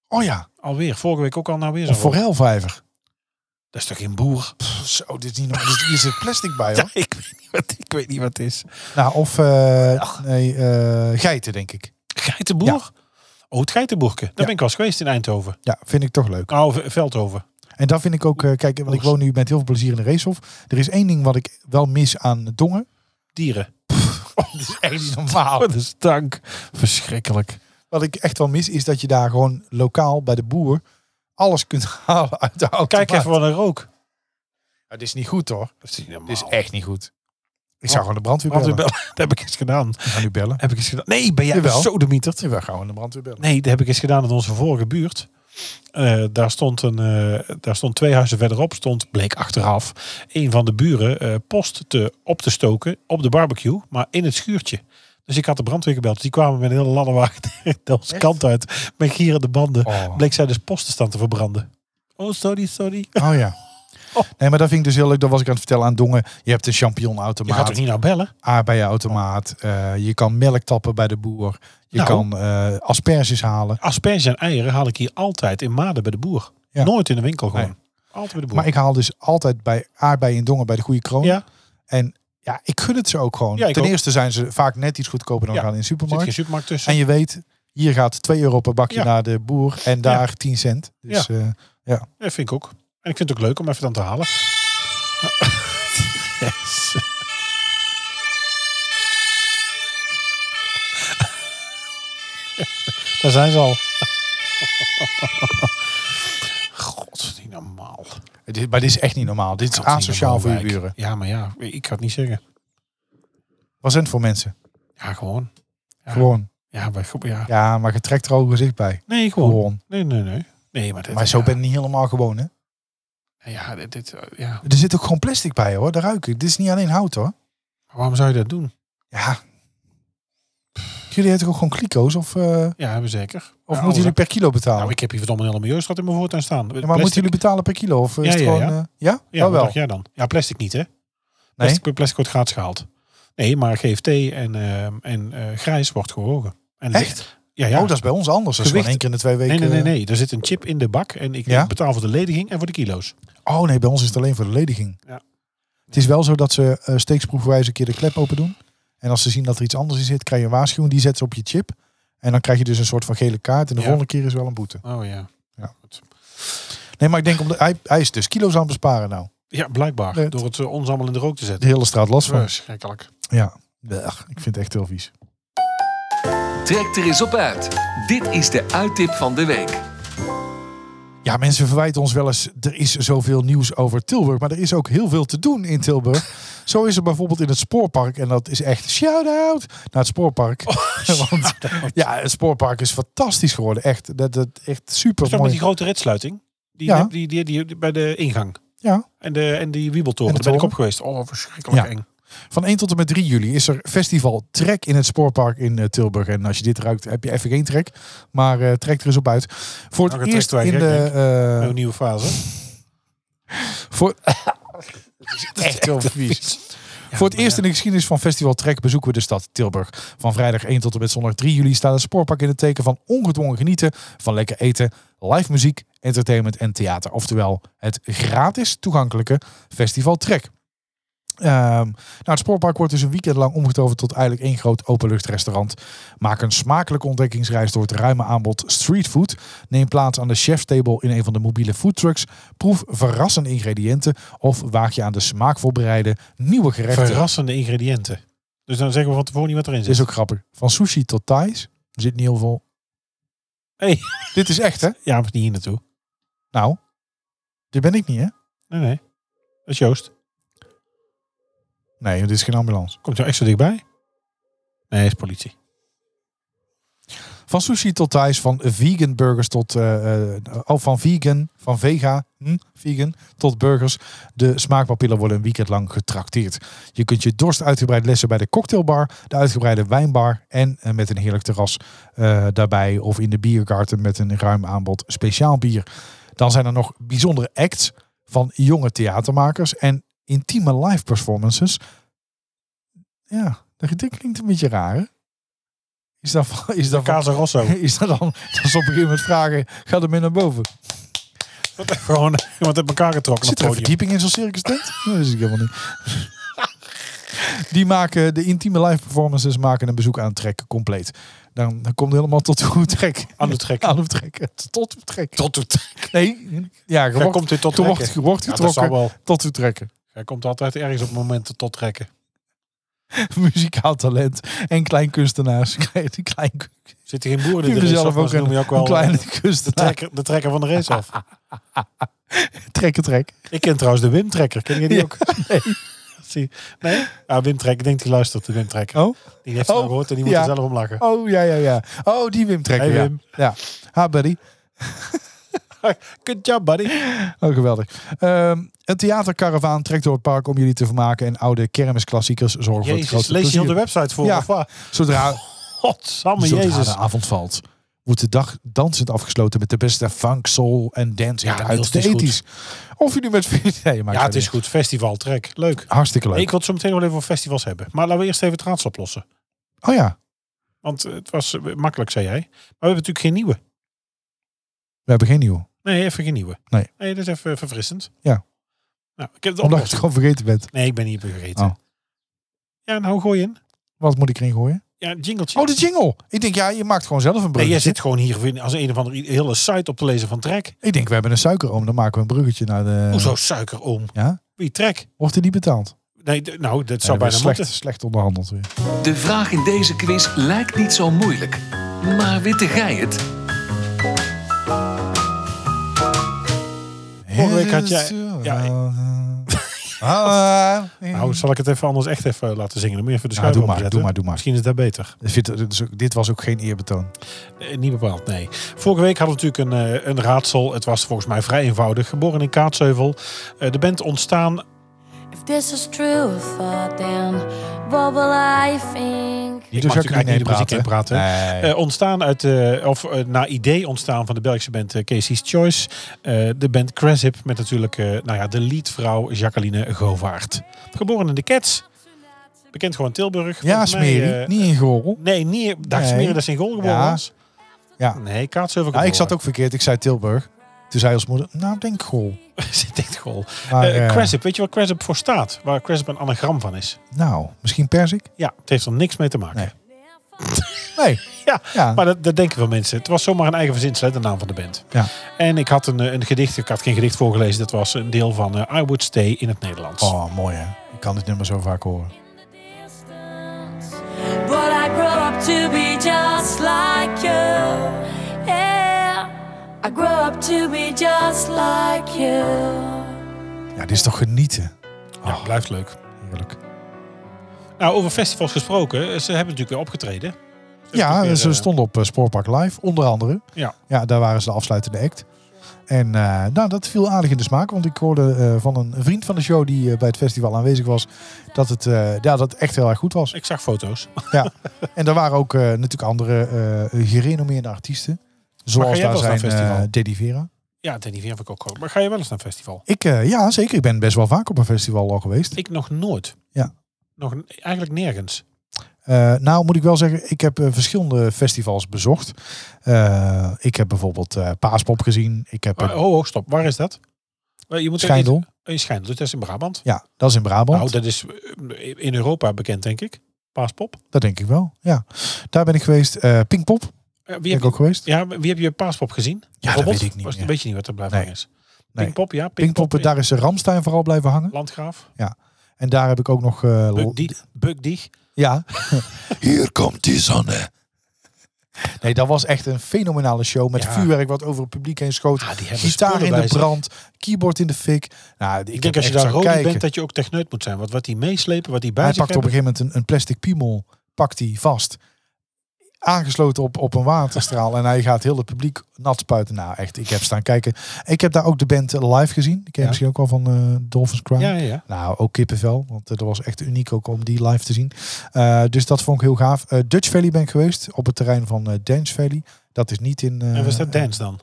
Speaker 3: Oh ja,
Speaker 2: Alweer. Vorige week ook al nou weer
Speaker 3: een
Speaker 2: zo'n roker.
Speaker 3: forelvijver.
Speaker 2: Dat is toch geen boer?
Speaker 3: Pff, Zo, dit is niet normaal. Dit- Hier zit plastic bij hoor.
Speaker 2: ik, weet niet wat, ik weet niet wat het is.
Speaker 3: Nou, of eh, nee, eh, geiten denk ik.
Speaker 2: Geitenboer? Oh, het geitenboerke. Daar
Speaker 3: Ja.
Speaker 2: ben ik wel eens geweest in Eindhoven.
Speaker 3: Ja, vind ik toch leuk.
Speaker 2: Nou, V- Veldhoven.
Speaker 3: En dat vind ik ook, eh, kijk, want ik woon nu met heel veel plezier in de racehof. Er is één ding wat ik wel mis aan Dongen.
Speaker 2: Dieren.
Speaker 3: Dat Oh, is echt niet normaal.
Speaker 2: Wat een stank. Verschrikkelijk.
Speaker 3: Wat ik echt wel mis is dat je daar gewoon lokaal bij de boer alles kunt halen uit de auto.
Speaker 2: Kijk even wat een rook.
Speaker 3: Het is niet goed hoor.
Speaker 2: Dat is niet
Speaker 3: Het is echt niet goed. Ik zou gewoon de brandweer
Speaker 2: Want
Speaker 3: bellen.
Speaker 2: dat heb ik eens gedaan.
Speaker 3: Ik ga nu bellen.
Speaker 2: Heb ik eens gedaan. Nee, ben jij
Speaker 3: Jawel.
Speaker 2: sodemieterd?
Speaker 3: We gaan gewoon de brandweer bellen.
Speaker 2: Nee, dat heb ik eens gedaan in onze vorige buurt. Eh, daar, stond een, eh, daar stond twee huizen verderop, stond, bleek achteraf, een van de buren eh, post te, op te stoken op de barbecue, maar in het schuurtje. Dus ik had de brandweer gebeld. Die kwamen met een hele ladderwagen tegen onze
Speaker 3: Echt?
Speaker 2: kant uit, met gierende banden.
Speaker 3: Oh.
Speaker 2: Bleek zij dus posten staan te verbranden. Oh, sorry, sorry.
Speaker 3: Oh ja.
Speaker 2: Oh.
Speaker 3: Nee, maar dat vind ik dus heel leuk. Dat was ik aan het vertellen aan Dongen. Je hebt een
Speaker 2: Je gaat
Speaker 3: champignonautomaat,
Speaker 2: toch niet nou bellen?
Speaker 3: aardbeienautomaat. eh, je kan melk tappen bij de boer. Je
Speaker 2: Nou.
Speaker 3: kan eh, asperges halen.
Speaker 2: Asperges en eieren haal ik hier altijd in Maden bij de boer.
Speaker 3: Ja.
Speaker 2: Nooit in de winkel gewoon.
Speaker 3: Nee.
Speaker 2: Altijd bij de boer.
Speaker 3: Maar ik haal dus altijd bij aardbeien en Dongen bij de goede kroon.
Speaker 2: ja,
Speaker 3: En ja, ik gun het ze ook gewoon.
Speaker 2: Ja, ik
Speaker 3: Ten
Speaker 2: ook.
Speaker 3: eerste zijn ze vaak net iets goedkoper dan
Speaker 2: Ja.
Speaker 3: gaan in de
Speaker 2: er zit
Speaker 3: supermarkt.
Speaker 2: geen supermarkt tussen.
Speaker 3: En je weet, hier gaat 2 euro per bakje
Speaker 2: Ja.
Speaker 3: naar de boer en daar 10 cent. Dus eh,
Speaker 2: Ja, vind ik ook. En ik vind het ook leuk om even dan te halen. Yes. Daar zijn ze al. God, niet normaal.
Speaker 3: dit, maar dit is echt niet normaal. Dit is
Speaker 2: Kan niet
Speaker 3: asociaal
Speaker 2: normaal,
Speaker 3: voor je
Speaker 2: Wijk.
Speaker 3: buren.
Speaker 2: Ja, maar ja, ik ga het niet zeggen.
Speaker 3: Wat zijn het voor mensen?
Speaker 2: Ja, gewoon. Ja.
Speaker 3: Gewoon.
Speaker 2: Ja, maar, goed, ja.
Speaker 3: Ja, maar je trekt er ook gezicht bij.
Speaker 2: Nee, gewoon.
Speaker 3: Gewoon.
Speaker 2: Nee, nee, nee. Nee, maar, dit,
Speaker 3: Maar zo
Speaker 2: ja.
Speaker 3: ben ik niet helemaal gewoon, hè?
Speaker 2: Ja, dit, dit, eh, ja.
Speaker 3: Er zit ook gewoon plastic bij, hoor. Daar ruik ik. Dit is niet alleen hout, hoor.
Speaker 2: Maar waarom zou je dat doen?
Speaker 3: Ja. Jullie heten ook gewoon kliko's? Of, eh,
Speaker 2: Ja, hebben we zeker.
Speaker 3: of
Speaker 2: Ja,
Speaker 3: moeten
Speaker 2: alles,
Speaker 3: jullie per kilo
Speaker 2: hè.
Speaker 3: betalen?
Speaker 2: Nou, ik heb hier verdomme een hele milieustraat in mijn voortuin staan.
Speaker 3: Ja, maar moeten jullie betalen per kilo? Of is
Speaker 2: Ja,
Speaker 3: het
Speaker 2: ja,
Speaker 3: gewoon...
Speaker 2: ja.
Speaker 3: eh, ja?
Speaker 2: Ja,
Speaker 3: Oh,
Speaker 2: wat
Speaker 3: wel.
Speaker 2: dacht jij dan? Ja, plastic niet, hè?
Speaker 3: Nee?
Speaker 2: Plastic, plastic wordt gratis gehaald. Nee, maar GFT en, ehm, en eh, grijs wordt gewogen. En licht.
Speaker 3: Echt?
Speaker 2: Ja, ja.
Speaker 3: Oh, dat is bij ons anders. Dat is gewoon
Speaker 2: Gewicht.
Speaker 3: één keer in de twee weken.
Speaker 2: nee, nee, nee, nee. Er zit een chip in de bak en ik
Speaker 3: eh, Ja?
Speaker 2: betaal voor de lediging en voor de kilo's.
Speaker 3: eh, Oh nee, bij ons is het alleen voor de lediging.
Speaker 2: Ja.
Speaker 3: Het is wel zo dat ze eh steeksproefwijs een keer de klep open doen. En als ze zien dat er iets anders in zit, krijg je een waarschuwing. Die zetten ze op je chip. En dan krijg je dus een soort van gele kaart. En de
Speaker 2: Ja.
Speaker 3: volgende keer is wel een boete.
Speaker 2: Oh ja.
Speaker 3: Nee, maar ik denk, omdat hij, hij is dus kilo's aan het besparen nou.
Speaker 2: Ja, blijkbaar.
Speaker 3: Net.
Speaker 2: Door het eh, ons allemaal in de rook te
Speaker 3: De
Speaker 2: zetten.
Speaker 3: hele straat last van.
Speaker 2: Verschrikkelijk.
Speaker 3: Ja. Ugh, ik vind het echt heel vies.
Speaker 1: Trek er eens op uit. Dit is de uittip van de week.
Speaker 3: Ja, mensen verwijten ons wel eens, er is zoveel nieuws over Tilburg. Maar er is ook heel veel te doen in Tilburg. Zo is er bijvoorbeeld in het spoorpark, en dat is echt shout-out naar het spoorpark.
Speaker 2: Oh,
Speaker 3: Want ja, het spoorpark is fantastisch geworden. Echt, dat, dat, echt
Speaker 2: Is
Speaker 3: super
Speaker 2: dat met
Speaker 3: mooi.
Speaker 2: die grote ritsluiting? Die,
Speaker 3: Ja.
Speaker 2: die, die, die, die- bij de ingang.
Speaker 3: Ja.
Speaker 2: En, de, en die wiebeltoren.
Speaker 3: En de
Speaker 2: Daar ben ik
Speaker 3: toren.
Speaker 2: op geweest. Oh, verschrikkelijk
Speaker 3: Ja.
Speaker 2: eng.
Speaker 3: Van 1 tot en met 3 juli is er festival Trek in het spoorpark in eh, Tilburg. En als je dit ruikt, heb je even geen trek. Maar eh, trek er eens op uit. Voor het
Speaker 2: Nou, dat
Speaker 3: eerst
Speaker 2: trekt
Speaker 3: in
Speaker 2: wij gek,
Speaker 3: de... eh,
Speaker 2: Een nieuwe fase.
Speaker 3: Voor... echt heel vies. Voor het
Speaker 2: maar
Speaker 3: eerst
Speaker 2: ja.
Speaker 3: in de geschiedenis van Festival Trek bezoeken we de stad Tilburg. Van vrijdag 1 tot en met zondag 3 juli staat het spoorpak in het teken van ongedwongen genieten van lekker eten, live muziek, entertainment en theater. Oftewel het gratis toegankelijke Festival Trek. Ehm, nou, het spoorpark wordt dus een weekend lang omgetoverd tot eigenlijk één groot openluchtrestaurant. Maak een smakelijke ontdekkingsreis door het ruime aanbod streetfood. Neem plaats aan de chef's table in een van de mobiele foodtrucks. Proef verrassende ingrediënten of waag je aan de smaakvol bereide nieuwe gerechten.
Speaker 2: Verrassende ingrediënten. Dus dan zeggen we van tevoren niet wat erin
Speaker 3: Dit
Speaker 2: zit.
Speaker 3: eh. is ook grappig. Van sushi tot Thais. Er zit niet heel veel.
Speaker 2: Hey.
Speaker 3: Dit is echt, hè?
Speaker 2: Ja, maar niet hier naartoe.
Speaker 3: Nou, dit ben ik niet, hè?
Speaker 2: Nee, nee. Dat is Joost.
Speaker 3: Nee, dit is geen ambulance.
Speaker 2: Komt jou extra dichtbij? Nee, is politie.
Speaker 3: Van sushi tot Thais, van vegan burgers tot. eh eh, oh, van vegan, van vega, hm, vegan tot burgers. De smaakpapillen worden een weekend lang getrakteerd. Je kunt je dorst uitgebreid lessen bij de cocktailbar, de uitgebreide wijnbar en eh, met een heerlijk terras eh, daarbij. Of in de biergarten met een ruim aanbod speciaal bier. Dan zijn er nog bijzondere acts van jonge theatermakers en intieme live performances. Ja, dat- dit klinkt een beetje raar. hè? Is dat, van- is dat van-
Speaker 2: Casa Rosso.
Speaker 3: is dat dan, dat is op een gegeven moment vragen, ga er mee naar boven.
Speaker 2: Gewoon iemand uit elkaar getrokken op
Speaker 3: Zit
Speaker 2: het
Speaker 3: er een
Speaker 2: podium.
Speaker 3: verdieping in zo'n circus tent? Nee, Dat is ik helemaal niet. Die maken de intieme live performances, maken een bezoek aan het trek compleet. Dan, dan komt het helemaal tot hoe trek.
Speaker 2: Aan de trek.
Speaker 3: Aan het trekken. Tot hoe trek.
Speaker 2: Tot het
Speaker 3: Nee, ja,
Speaker 2: Jij
Speaker 3: gewacht,
Speaker 2: komt dit tot
Speaker 3: tot wordt,
Speaker 2: trekken.
Speaker 3: wordt
Speaker 2: Ja, dat
Speaker 3: getrokken
Speaker 2: zal wel.
Speaker 3: tot hoe trekken.
Speaker 2: Jij komt altijd ergens op momenten tot trekken.
Speaker 3: Muzikaal talent en klein kunstenaars. Die klein,
Speaker 2: Zit er geen boer in
Speaker 3: die
Speaker 2: de race af,
Speaker 3: zelf
Speaker 2: maar
Speaker 3: ook
Speaker 2: ze
Speaker 3: een,
Speaker 2: noemen je ook
Speaker 3: een
Speaker 2: wel
Speaker 3: kleine
Speaker 2: eh, de,
Speaker 3: kunstenaar.
Speaker 2: trekker, de trekker van de race af.
Speaker 3: Trekken, trek.
Speaker 2: Ik ken trouwens de Wim Trekker. Ken je die
Speaker 3: Ja,
Speaker 2: ook? Nee. nee? Ah, Wim Trekker. Ik denk die luistert, de Wim Trekker.
Speaker 3: Oh?
Speaker 2: Die heeft het
Speaker 3: Oh,
Speaker 2: nou gehoord en die moet
Speaker 3: ja.
Speaker 2: er zelf om lachen.
Speaker 3: Oh, ja, ja, ja. Oh, die Wim trekken.
Speaker 2: Hey,
Speaker 3: ja.
Speaker 2: Wim.
Speaker 3: ja. Ha, buddy.
Speaker 2: Good job, buddy.
Speaker 3: Oh, geweldig. Ehm, een theaterkaravaan trekt door het park om jullie te vermaken. En oude kermisklassiekers zorgen voor het
Speaker 2: Jezus,
Speaker 3: grootste
Speaker 2: lees je
Speaker 3: plezier.
Speaker 2: op de website voor.
Speaker 3: Ja.
Speaker 2: of wat?
Speaker 3: Zodra,
Speaker 2: Godsamme
Speaker 3: zodra
Speaker 2: Jezus.
Speaker 3: de avond valt, wordt de dag dansend afgesloten met de beste funk, soul en dance
Speaker 2: Ja,
Speaker 3: hit
Speaker 2: Niels,
Speaker 3: uit de
Speaker 2: het is goed.
Speaker 3: 80s. Of jullie met... Nee, maakt
Speaker 2: Ja, het is
Speaker 3: niet.
Speaker 2: goed. Festival, trek. Leuk.
Speaker 3: Hartstikke leuk.
Speaker 2: Ik wil het zo meteen wel even over festivals hebben. Maar laten we eerst even het raadsel oplossen.
Speaker 3: Oh ja,
Speaker 2: Want eh, het was eh, makkelijk, zei jij. Maar we hebben natuurlijk geen nieuwe.
Speaker 3: we hebben geen nieuwe.
Speaker 2: Nee, even geen nieuwe.
Speaker 3: Nee.
Speaker 2: Nee, dat is even verfrissend.
Speaker 3: Ja.
Speaker 2: Nou, ik heb het
Speaker 3: Omdat je het
Speaker 2: opgelost.
Speaker 3: gewoon vergeten bent.
Speaker 2: Nee, ik ben niet vergeten.
Speaker 3: Oh.
Speaker 2: Ja, nou gooi in.
Speaker 3: Wat moet ik erin gooien?
Speaker 2: Ja, jingletje.
Speaker 3: Oh, de jingle. Ik denk, ja, je maakt gewoon zelf een
Speaker 2: Nee, jij
Speaker 3: bruggetje.
Speaker 2: zit gewoon hier weer als een of andere hele site op te lezen van Trek.
Speaker 3: ik denk, we hebben een suikeroom. Dan maken we een bruggetje naar de...
Speaker 2: Hoezo suikeroom?
Speaker 3: Ja?
Speaker 2: Wie Trek?
Speaker 3: Wordt er niet betaald?
Speaker 2: Nee, d- nou, dat
Speaker 3: Ja,
Speaker 2: zou
Speaker 3: dat is
Speaker 2: bijna
Speaker 3: slecht,
Speaker 2: moeten.
Speaker 3: slecht onderhandeld weer.
Speaker 1: De vraag in deze quiz lijkt niet zo moeilijk. Maar witte gij het?
Speaker 2: Vorige week had jij- ja,
Speaker 3: Ah,
Speaker 2: Nou, zal ik het even anders echt even laten zingen? Dan moet je even de schuif
Speaker 3: Nou, doe maar,
Speaker 2: opzetten.
Speaker 3: doe maar, doe maar.
Speaker 2: Misschien is dat beter.
Speaker 3: Ik vind- dit is ook- dit was ook geen eerbetoon.
Speaker 2: Eh, Niet bepaald, nee. Vorige week hadden we natuurlijk een, eh, een raadsel. Het was volgens mij vrij eenvoudig. Geboren in Kaatsheuvel. Eh, de band ontstaan
Speaker 5: If this is true or thought, then what will I think?
Speaker 2: ik mag natuurlijk
Speaker 3: niet
Speaker 2: eigenlijk niet de muziek in praten.
Speaker 3: Nee.
Speaker 2: Eh, ontstaan uit, eh, of eh, na idee ontstaan van de Belgische band eh, Casey's Choice. Eh, de band Crasip met natuurlijk eh, nou ja, de leadvrouw Jacqueline Govaert. Geboren in de Cats. Bekend gewoon Tilburg.
Speaker 3: ja,
Speaker 2: volgens mij,
Speaker 3: Smeri.
Speaker 2: eh,
Speaker 3: niet in Gorel.
Speaker 2: Nee, niet. Dacht
Speaker 3: Nee.
Speaker 2: Smeri dat ze in Gool geboren
Speaker 3: Ja.
Speaker 2: was?
Speaker 3: Ja.
Speaker 2: Nee, Kaatsheuvel
Speaker 3: Nou,
Speaker 2: geboren.
Speaker 3: ik zat ook verkeerd. Ik zei Tilburg. Toen zei als moeder, nou, ik denk Gorel.
Speaker 2: Ze denkt Gool.
Speaker 3: Maar,
Speaker 2: Eh,
Speaker 3: eh,
Speaker 2: Crasip, weet je waar Crasip voor staat? Waar Crasip een anagram van is.
Speaker 3: nou, misschien Perzik?
Speaker 2: Ja, het heeft er niks mee te maken.
Speaker 3: Nee. Nee.
Speaker 2: Ja,
Speaker 3: Ja.
Speaker 2: maar dat, dat denken veel mensen. Het was zomaar een eigen verzinsel, hè, de naam van de band.
Speaker 3: Ja.
Speaker 2: En ik had een, eh, een gedicht, ik had geen gedicht voorgelezen. Dat was een deel van eh, I Would Stay in het Nederlands.
Speaker 3: Oh, mooi hè. Ik kan dit nummer zo vaak horen.
Speaker 5: But I grew up to be just like you. Yeah, I grew up to be just like you.
Speaker 3: Ja, dit is toch genieten. oh.
Speaker 2: Ja, blijft leuk.
Speaker 3: Heerlijk.
Speaker 2: Nou, over festivals gesproken. eh, Ze hebben natuurlijk weer opgetreden.
Speaker 3: Ja,
Speaker 2: ook weer,
Speaker 3: ze
Speaker 2: eh,
Speaker 3: stonden op eh, Spoorpark Live, onder andere.
Speaker 2: Ja.
Speaker 3: Ja, daar waren ze de afsluitende act. En eh, nou, dat viel aardig in de smaak. Want ik hoorde eh, van een vriend van de show die eh, bij het festival aanwezig was... dat het, eh, ja, dat het echt heel erg goed was.
Speaker 2: Ik zag foto's.
Speaker 3: Ja. en er waren ook eh, natuurlijk andere eh, gerenommeerde artiesten.
Speaker 2: ga
Speaker 3: Zoals
Speaker 2: jij
Speaker 3: daar
Speaker 2: wel eens naar
Speaker 3: zijn
Speaker 2: festival?
Speaker 3: eh Deddy Vera.
Speaker 2: Ja, Danny Veer heb ik ook gehoord. Maar ga je wel eens naar een festival?
Speaker 3: Ik, eh, ja, zeker. Ik ben best wel vaak op een festival al geweest.
Speaker 2: Ik nog nooit.
Speaker 3: Ja.
Speaker 2: Nog n- eigenlijk nergens.
Speaker 3: Eh, nou, moet ik wel zeggen, ik heb eh, verschillende festivals bezocht. Eh, ik heb bijvoorbeeld eh, Paaspop gezien. Ik heb
Speaker 2: Maar,
Speaker 3: een
Speaker 2: oh, oh, stop. Waar is dat? Eh, Je moet er
Speaker 3: Schijndel.
Speaker 2: niet- eh, Schijndel, dat is in Brabant.
Speaker 3: Ja, dat is in Brabant.
Speaker 2: Nou,
Speaker 3: dat...
Speaker 2: dat is eh, in Europa bekend, denk ik. Paaspop.
Speaker 3: denk ik wel. Ja. Daar ben ik geweest. Eh Pinkpop
Speaker 2: Eh, Wie
Speaker 3: ben
Speaker 2: heb
Speaker 3: ik ook geweest.
Speaker 2: Ja, wie heb je paaspop gezien? Bijvoorbeeld?
Speaker 3: dat weet ik niet
Speaker 2: Was-
Speaker 3: meer.
Speaker 2: Weet je niet wat er blijft hangen is?
Speaker 3: Nee.
Speaker 2: Pinkpop, ja. Pinkpop,
Speaker 3: Pinkpop, daar is eh, Ramstein vooral blijven hangen.
Speaker 2: Landgraaf.
Speaker 3: En daar heb ik ook nog... eh, l-
Speaker 2: Bugdieg. Bugdieg.
Speaker 3: Ah, Ja. Hier komt die zonne. Nee, dat was echt een fenomenale show met
Speaker 2: Ja.
Speaker 3: vuurwerk wat over het publiek heen schoot.
Speaker 2: Ah, die hebben
Speaker 3: Gitaar
Speaker 2: spullen
Speaker 3: in de
Speaker 2: bij zich.
Speaker 3: brand, keyboard in de fik. Nou,
Speaker 2: Ik
Speaker 3: heb
Speaker 2: denk als je
Speaker 3: echt
Speaker 2: daar
Speaker 3: zo
Speaker 2: rood
Speaker 3: kijken.
Speaker 2: bent, dat je ook techneut moet zijn. Want wat die meeslepen, wat die bij
Speaker 3: Hij
Speaker 2: zich
Speaker 3: pakt op een
Speaker 2: hebben.
Speaker 3: gegeven moment een, een plastic piemel, pakt hij vast. Aangesloten op, op een waterstraal. en hij gaat heel het publiek nat spuiten. Nou, echt, ik heb staan kijken. Ik heb daar ook de band live gezien. Die ken je
Speaker 2: Ja.
Speaker 3: misschien ook wel van eh Dolphins Cry.
Speaker 2: Ja, ja, ja.
Speaker 3: Nou, ook kippenvel. Want eh, dat was echt uniek ook om die live te zien. Eh, dus dat vond ik heel gaaf. Eh, Dutch Valley ben ik geweest. Op het terrein van eh, Dance Valley. Dat is niet in... eh,
Speaker 2: En was dat
Speaker 3: eh,
Speaker 2: dance dan?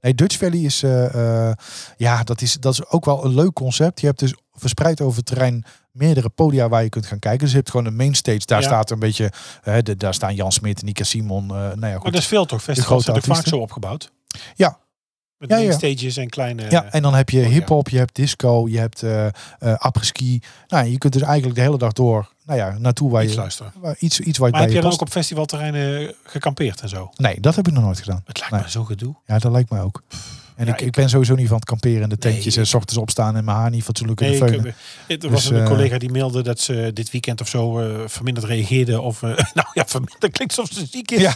Speaker 3: Nee, Dutch Valley is, eh, eh, ja, dat is, dat is ook wel een leuk concept. Je hebt dus verspreid over het terrein meerdere podia waar je kunt gaan kijken. Dus je hebt gewoon een main stage. Daar
Speaker 2: Ja.
Speaker 3: staat een beetje, hè, de, daar staan Jan Smit, Nika Simon. eh nou ja,
Speaker 2: Maar
Speaker 3: goed.
Speaker 2: Oh, dat is veel toch? Festivals
Speaker 3: grote
Speaker 2: zijn ook vaak
Speaker 3: artiesten.
Speaker 2: zo opgebouwd.
Speaker 3: Ja.
Speaker 2: Met
Speaker 3: Ja,
Speaker 2: main
Speaker 3: ja.
Speaker 2: stages en kleine...
Speaker 3: ja, en dan heb je
Speaker 2: podia.
Speaker 3: hip-hop, je hebt disco, je hebt eh eh apres-ski. Nou, je kunt dus eigenlijk de hele dag door, nou ja, naartoe waar
Speaker 2: iets
Speaker 3: je
Speaker 2: luisteren.
Speaker 3: waar, iets, iets waar je
Speaker 2: Maar
Speaker 3: bij
Speaker 2: heb
Speaker 3: je
Speaker 2: je dan
Speaker 3: past.
Speaker 2: ook op festivalterreinen gekampeerd en zo?
Speaker 3: Nee, dat heb ik nog nooit gedaan.
Speaker 2: Het lijkt
Speaker 3: Nee.
Speaker 2: me zo gedoe.
Speaker 3: Ja, dat lijkt mij ook. En
Speaker 2: Ja,
Speaker 3: ik,
Speaker 2: ik-
Speaker 3: ik ben sowieso niet van het kamperen in de tentjes
Speaker 2: Nee,
Speaker 3: en s ochtends opstaan en mijn haar niet fatsoenlijk kunnen
Speaker 2: Nee,
Speaker 3: veunen.
Speaker 2: ik, eh, er was
Speaker 3: Dus,
Speaker 2: een
Speaker 3: eh,
Speaker 2: collega die mailde dat ze dit weekend of zo eh, verminderd reageerde. Of, eh, nou ja, verminderd klinkt alsof ze ziek is.
Speaker 3: Ja.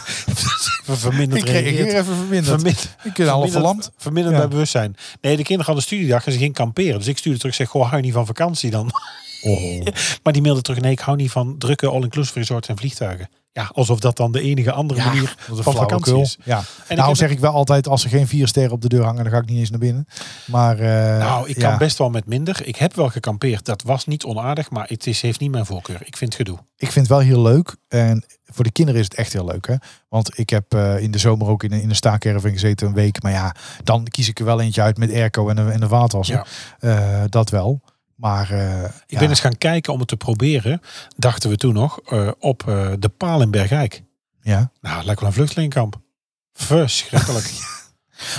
Speaker 2: verminderd
Speaker 3: Ik kreeg hier
Speaker 2: reageert.
Speaker 3: even verminderd.
Speaker 2: Verminderd,
Speaker 3: Ik ben half verlamd.
Speaker 2: verminderd
Speaker 3: Ja.
Speaker 2: bij bewustzijn. Nee, de kinderen hadden studiedag en ze gingen kamperen. Dus ik stuurde terug, zeg, goh, hou je niet van vakantie dan?
Speaker 3: Oh,
Speaker 2: maar die mailde terug, nee, ik hou niet van drukke all-inclusive resorts en vliegtuigen. Ja, alsof dat dan de enige andere manier
Speaker 3: Wat een
Speaker 2: van vakantie
Speaker 3: flauwekul.
Speaker 2: is.
Speaker 3: Ja.
Speaker 2: ik
Speaker 3: nou
Speaker 2: heb-
Speaker 3: zeg ik wel altijd, als er geen vier sterren op de deur hangen, dan ga ik niet eens naar binnen. Maar eh,
Speaker 2: Nou, ik
Speaker 3: ja.
Speaker 2: kan best wel met minder. Ik heb wel gekampeerd. Dat was niet onaardig, maar het is, heeft niet mijn voorkeur. Ik vind het gedoe.
Speaker 3: ik vind het wel heel leuk. En voor de kinderen is het echt heel leuk. Hè? Want ik heb eh, in de zomer ook in, een- in een staakerving gezeten een week. Maar ja, dan kies ik er wel eentje uit met airco en een, en een vaatwasser.
Speaker 2: Ja.
Speaker 3: Eh, dat wel. Maar eh,
Speaker 2: Ik
Speaker 3: ja.
Speaker 2: ben eens gaan kijken om het te proberen, dachten we toen nog, eh, op eh, de paal in Bergijk.
Speaker 3: ja.
Speaker 2: Nou, het lijkt wel een vluchtelingenkamp. Verschrikkelijk.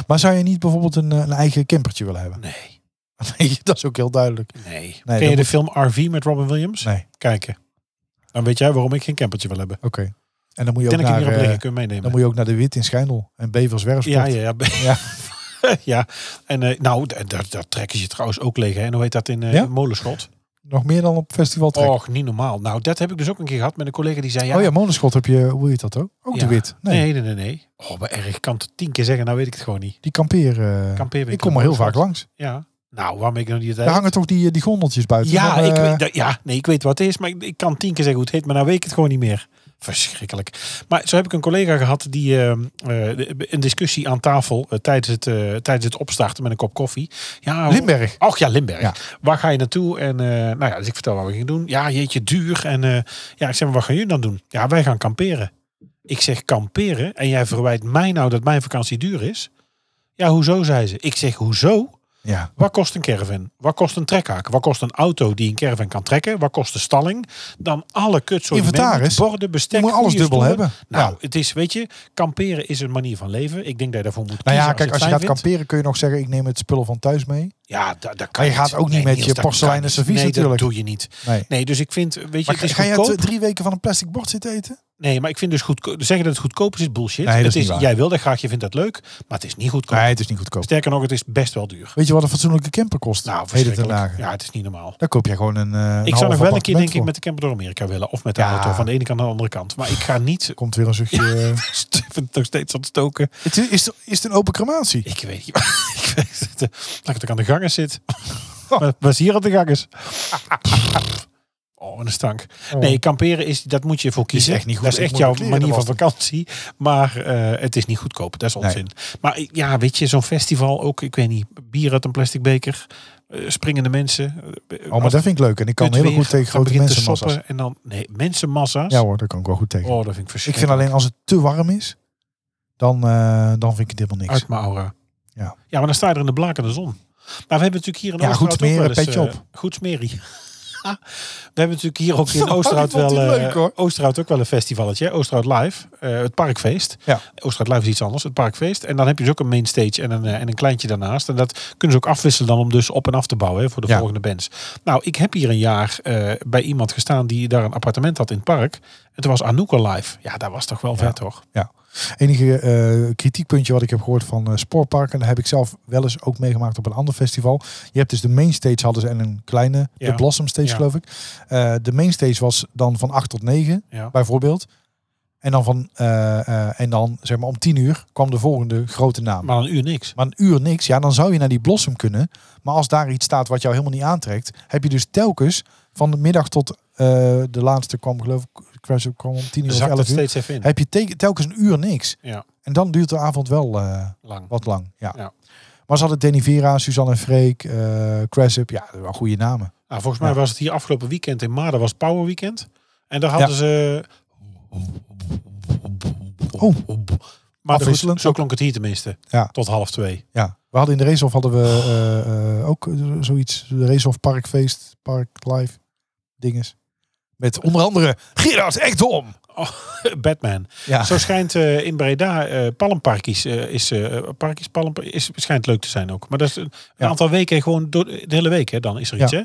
Speaker 3: Maar zou je niet bijvoorbeeld een, eh, een eigen campertje willen hebben?
Speaker 2: Nee,
Speaker 3: Nee, dat is ook heel duidelijk.
Speaker 2: nee.
Speaker 3: dat
Speaker 2: Ken je de
Speaker 3: moet-
Speaker 2: film RV met Robin Williams?
Speaker 3: Nee,
Speaker 2: Kijken. Dan weet jij waarom ik geen campertje wil hebben.
Speaker 3: oké. En dan moet je
Speaker 2: Ik
Speaker 3: ook
Speaker 2: denk dat ik
Speaker 3: naar,
Speaker 2: hier op
Speaker 3: eh,
Speaker 2: liggen kunnen
Speaker 3: dan
Speaker 2: meenemen.
Speaker 3: moet je ook naar de Wit in Schijndel en Beverswerf.
Speaker 2: Ja, ja, ja. Ja.
Speaker 3: Ja.
Speaker 2: ja. En eh, nou, d- daar, daar trekken ze trouwens ook leeg. hè. En hoe heet dat in eh,
Speaker 3: Ja?
Speaker 2: Molenschot?
Speaker 3: Nog meer dan op festival
Speaker 2: Och, niet normaal. Nou, dat heb ik dus ook een keer gehad met een collega die zei... Ja,
Speaker 3: Oh ja, monoschot heb je, hoe heet dat ook? Ook
Speaker 2: ja.
Speaker 3: de wit. Nee,
Speaker 2: Nee. nee, nee, nee, Oh, maar erg. Ik kan het tien keer zeggen, nou weet ik het gewoon niet.
Speaker 3: die kampeer. eh,
Speaker 2: Kampeerwinkel.
Speaker 3: ik kom er heel vaak
Speaker 2: Molenschot.
Speaker 3: langs.
Speaker 2: Ja. Nou, waarom ik nog niet het
Speaker 3: Daar
Speaker 2: heet?
Speaker 3: hangen toch die, die gondeltjes buiten?
Speaker 2: Ja,
Speaker 3: Van,
Speaker 2: ik
Speaker 3: eh,
Speaker 2: weet, dat- ja, nee, ik weet wat het is, maar ik, ik kan tien keer zeggen hoe het heet, maar nou weet ik het gewoon niet meer. Verschrikkelijk. Maar zo heb ik een collega gehad die eh, eh, de- een discussie aan tafel eh, tijdens, het, eh, tijdens het opstarten met een kop koffie. Ja, hoe-
Speaker 3: Limburg.
Speaker 2: Och ja, Limburg.
Speaker 3: Ja.
Speaker 2: Waar ga je naartoe? En eh, nou ja, dus ik vertel wat we gingen doen. Ja, jeetje, duur. En eh, ja, ik zeg maar, wat gaan jullie dan doen? Ja, wij gaan kamperen. Ik zeg kamperen en jij verwijt mij nou dat mijn vakantie duur is? Ja, hoezo, zei ze. Ik zeg, hoezo?
Speaker 3: Ja.
Speaker 2: Wat kost een caravan? Wat kost een trekhaak? Wat kost een auto die een caravan kan trekken? Wat kost de stalling? Dan alle kutsoorten.
Speaker 3: Inventaris.
Speaker 2: Borden, bestek.
Speaker 3: Je moet alles
Speaker 2: goede
Speaker 3: dubbel
Speaker 2: stoelen.
Speaker 3: hebben.
Speaker 2: Nou,
Speaker 3: Ja.
Speaker 2: het is, weet je, kamperen is een manier van leven. Ik denk dat je daarvoor moet
Speaker 3: Nou
Speaker 2: kiezen
Speaker 3: ja, kijk, als je gaat
Speaker 2: het fijn vindt.
Speaker 3: kamperen kun je nog zeggen, ik neem het spullen van thuis mee.
Speaker 2: Ja, da, dat kan
Speaker 3: Maar je
Speaker 2: niet.
Speaker 3: gaat ook niet met je
Speaker 2: dat kan
Speaker 3: porseleinen
Speaker 2: niet.
Speaker 3: servies
Speaker 2: nee,
Speaker 3: natuurlijk.
Speaker 2: dat doe je niet.
Speaker 3: Nee.
Speaker 2: Nee, dus ik vind, weet je,
Speaker 3: Maar
Speaker 2: het is
Speaker 3: ga je
Speaker 2: goedkoop.
Speaker 3: drie weken van een plastic bord zitten eten?
Speaker 2: Nee, maar ik vind dus goedkoop. Zeggen dat het goedkoop is, is bullshit.
Speaker 3: Nee, dat is
Speaker 2: het
Speaker 3: niet waar.
Speaker 2: jij wil dat graag, je vindt dat leuk, maar het is niet goedkoop.
Speaker 3: Nee, het is niet goedkoop.
Speaker 2: Sterker nog, het is best wel duur.
Speaker 3: Weet je wat een fatsoenlijke camper kost?
Speaker 2: Nou,
Speaker 3: Heden ten
Speaker 2: verschrikkelijk.
Speaker 3: dagen.
Speaker 2: Ja, het is niet normaal.
Speaker 3: Dan koop je gewoon een. eh, een
Speaker 2: Ik zou nog
Speaker 3: half
Speaker 2: wel een keer, denk
Speaker 3: appartement
Speaker 2: ik,
Speaker 3: voor.
Speaker 2: met de camper door Amerika willen. Of met de
Speaker 3: Ja.
Speaker 2: auto van de ene kant naar de andere kant. Maar ik ga niet
Speaker 3: Komt weer een zuchtje. eh,
Speaker 2: Steven nog steeds ontstoken.
Speaker 3: het is, is, het- is het een open crematie? Oh,
Speaker 2: Ik weet niet. ik weet het. Laat ik het ook aan de gangen zit.
Speaker 3: Oh.
Speaker 2: Wat was hier aan de gangen? Oh, wat een stank. Nee, kamperen is, dat moet je voor kiezen.
Speaker 3: echt niet goed.
Speaker 2: Dat is
Speaker 3: Ik
Speaker 2: echt
Speaker 3: moet
Speaker 2: jouw
Speaker 3: mijn kleren
Speaker 2: manier van
Speaker 3: wassen.
Speaker 2: vakantie. Maar eh, het is niet goedkoop. Dat is onzin. Maar eh, ja, weet je, zo'n festival ook, ik weet niet, bier uit een plastic beker. eh, springende mensen. eh,
Speaker 3: Oh, maar
Speaker 2: als-
Speaker 3: dat vind ik leuk. En ik kan
Speaker 2: kut
Speaker 3: heel
Speaker 2: weer,
Speaker 3: goed tegen
Speaker 2: dan
Speaker 3: grote
Speaker 2: begint te
Speaker 3: mensenmassa's.
Speaker 2: soppen En dan, nee, mensenmassa's.
Speaker 3: Ja hoor, daar kan ik wel goed tegen.
Speaker 2: Oh, dat vind ik
Speaker 3: Dus ik vind
Speaker 2: verschrikkelijk.
Speaker 3: alleen als het te warm is, dan, eh, dan vind ik het helemaal niks.
Speaker 2: Uit mijn aura.
Speaker 3: Ja.
Speaker 2: ja, maar dan sta je er in de blakende zon. Maar we hebben natuurlijk hier in
Speaker 3: Ja,
Speaker 2: Oosterhout
Speaker 3: goed smeren,
Speaker 2: ook wel eens...
Speaker 3: petje
Speaker 2: eh,
Speaker 3: op.
Speaker 2: goed smerie. we hebben natuurlijk hier ook in
Speaker 3: Oh, die
Speaker 2: Oosterhout
Speaker 3: vond
Speaker 2: wel,
Speaker 3: hij
Speaker 2: eh,
Speaker 3: leuk, hoor.
Speaker 2: Oosterhout ook wel een festivaletje. hè. Oosterhout Live, eh, het parkfeest.
Speaker 3: Ja.
Speaker 2: Oosterhout Live is iets anders, het parkfeest. En dan heb je dus ook een main stage en een, eh, en een kleintje daarnaast. En dat kunnen ze ook afwisselen dan om dus op en af te bouwen hè, voor de
Speaker 3: Ja.
Speaker 2: volgende bands. Nou, ik heb hier een jaar eh, bij iemand gestaan die daar een appartement had in het park. En toen was Anouk live. Ja, dat was toch wel vet hoor.
Speaker 3: Ja. Enige eh, kritiekpuntje wat ik heb gehoord van eh, spoorparken, daar heb ik zelf wel eens ook meegemaakt op een ander festival. Je hebt dus de main stage hadden ze en een kleine,
Speaker 2: Ja.
Speaker 3: de Blossom stage
Speaker 2: Ja.
Speaker 3: geloof ik. Eh, de main stage was dan van 8 tot 9
Speaker 2: Ja.
Speaker 3: bijvoorbeeld. En dan, van, eh, eh, en dan zeg maar om 10 uur kwam de volgende grote naam.
Speaker 2: Maar een uur niks.
Speaker 3: maar een uur niks, ja, dan zou je naar die Blossom kunnen. Maar als daar iets staat wat jou helemaal niet aantrekt, heb je dus telkens van de middag tot eh, de laatste kwam, geloof ik, Crash kwam om 10 uur of
Speaker 2: zakt het
Speaker 3: 11 uur.
Speaker 2: steeds even in.
Speaker 3: Heb je te- telkens een uur niks.
Speaker 2: Ja,
Speaker 3: En dan duurt de avond wel eh,
Speaker 2: lang.
Speaker 3: wat lang. Ja.
Speaker 2: Ja.
Speaker 3: Maar ze hadden Danny Vera, Suzanne en Freek, eh Crassup. Ja, dat waren goede namen.
Speaker 2: Nou, volgens mij
Speaker 3: Ja.
Speaker 2: was het hier afgelopen weekend in Maarden, was Power Weekend. En daar hadden
Speaker 3: Ja.
Speaker 2: ze...
Speaker 3: Oh.
Speaker 2: Maar goed,
Speaker 3: Afwisselend
Speaker 2: zo
Speaker 3: ook.
Speaker 2: klonk het hier tenminste.
Speaker 3: Ja.
Speaker 2: Tot half twee.
Speaker 3: Ja. We hadden in de Racehof hadden we eh, eh, ook eh, zoiets. De Racehof Parkfeest, Park Live, dinges. Met onder andere Gerard Ekdom.
Speaker 2: Batman.
Speaker 3: Ja.
Speaker 2: Zo schijnt eh, in Breda eh Palmparkies, eh, is, eh Parkies Palm, is, schijnt leuk te zijn ook. Maar dat is een, een
Speaker 3: Ja.
Speaker 2: aantal weken, gewoon door, de hele week hè, dan is er
Speaker 3: Ja.
Speaker 2: iets hè?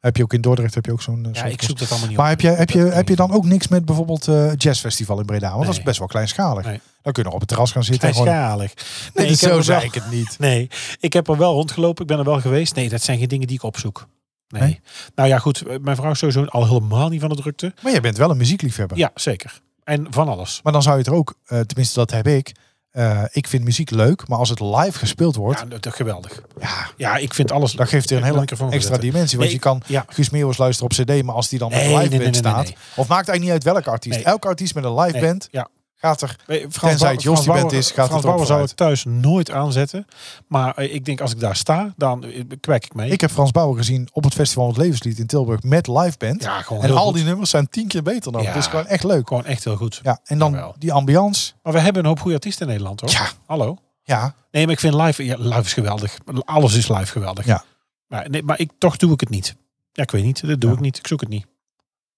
Speaker 3: Heb je ook in Dordrecht heb je ook zo'n. eh,
Speaker 2: Ja,
Speaker 3: zo'n
Speaker 2: ik
Speaker 3: kost.
Speaker 2: zoek dat allemaal niet
Speaker 3: Maar
Speaker 2: op.
Speaker 3: heb je, heb, je,
Speaker 2: Dat-
Speaker 3: heb je dan ook niks met bijvoorbeeld eh jazzfestival in Breda? Want dat is
Speaker 2: Nee.
Speaker 3: best wel kleinschalig.
Speaker 2: Nee.
Speaker 3: Dan kun je nog op het terras gaan zitten. en gewoon-
Speaker 2: Kleinschalig.
Speaker 3: Nee,
Speaker 2: ik heb
Speaker 3: zo
Speaker 2: er wel-
Speaker 3: zei ik het niet.
Speaker 2: Nee, ik heb er wel rondgelopen. Ik ben er wel geweest. Nee, dat zijn geen dingen die ik opzoek. Nee.
Speaker 3: Nee?
Speaker 2: Nou ja, goed. eh, Mijn vrouw is sowieso al helemaal niet van de drukte.
Speaker 3: Maar jij bent wel een muziekliefhebber.
Speaker 2: Ja, zeker. En van alles.
Speaker 3: Maar dan zou je er ook, eh, tenminste dat heb ik. eh, ik vind muziek leuk, maar als het live gespeeld wordt,
Speaker 2: Ja, dat, dat- geweldig.
Speaker 3: ja,
Speaker 2: Ja, ik vind alles...
Speaker 3: dan geeft er
Speaker 2: Ik
Speaker 3: een
Speaker 2: wil
Speaker 3: hele
Speaker 2: een microfoon
Speaker 3: extra
Speaker 2: verzetten.
Speaker 3: dimensie. Want
Speaker 2: Nee,
Speaker 3: je kan
Speaker 2: ja.
Speaker 3: Guus Meeuwis luisteren op cd, maar als die dan met
Speaker 2: Nee,
Speaker 3: een live
Speaker 2: nee,
Speaker 3: band
Speaker 2: nee, nee,
Speaker 3: staat,
Speaker 2: nee,
Speaker 3: of maakt eigenlijk niet uit welke artiest.
Speaker 2: Nee.
Speaker 3: Elke artiest met een live
Speaker 2: Nee,
Speaker 3: band
Speaker 2: Ja.
Speaker 3: gaat er.
Speaker 2: Nee, Frans
Speaker 3: Tenzij
Speaker 2: Bauer-
Speaker 3: het Jos die
Speaker 2: Frans
Speaker 3: bent
Speaker 2: Bauer-
Speaker 3: is, gaat het
Speaker 2: Frans
Speaker 3: erop
Speaker 2: Bauer zou ik
Speaker 3: vooruit.
Speaker 2: thuis nooit aanzetten. Maar eh, ik denk als ik daar sta, dan eh, kwijk ik mee.
Speaker 3: Ik heb Frans Bauer gezien op het Festival van het Levenslied in Tilburg met live band.
Speaker 2: Ja, gewoon
Speaker 3: en
Speaker 2: heel
Speaker 3: al
Speaker 2: goed.
Speaker 3: die nummers zijn tien keer beter dan.
Speaker 2: Ja.
Speaker 3: Het is gewoon echt leuk.
Speaker 2: Gewoon echt heel goed.
Speaker 3: Ja, en dan
Speaker 2: Jawel.
Speaker 3: die ambiance.
Speaker 2: Maar we hebben een hoop goede artiesten in Nederland, hoor.
Speaker 3: Ja.
Speaker 2: Hallo?
Speaker 3: Ja,
Speaker 2: Nee, maar ik vind live... Ja, live is geweldig. Alles is live geweldig.
Speaker 3: Ja.
Speaker 2: Maar, nee, maar ik, toch doe ik het niet. Ja, ik weet niet. Dat doe
Speaker 3: Ja.
Speaker 2: ik niet. Ik zoek het niet.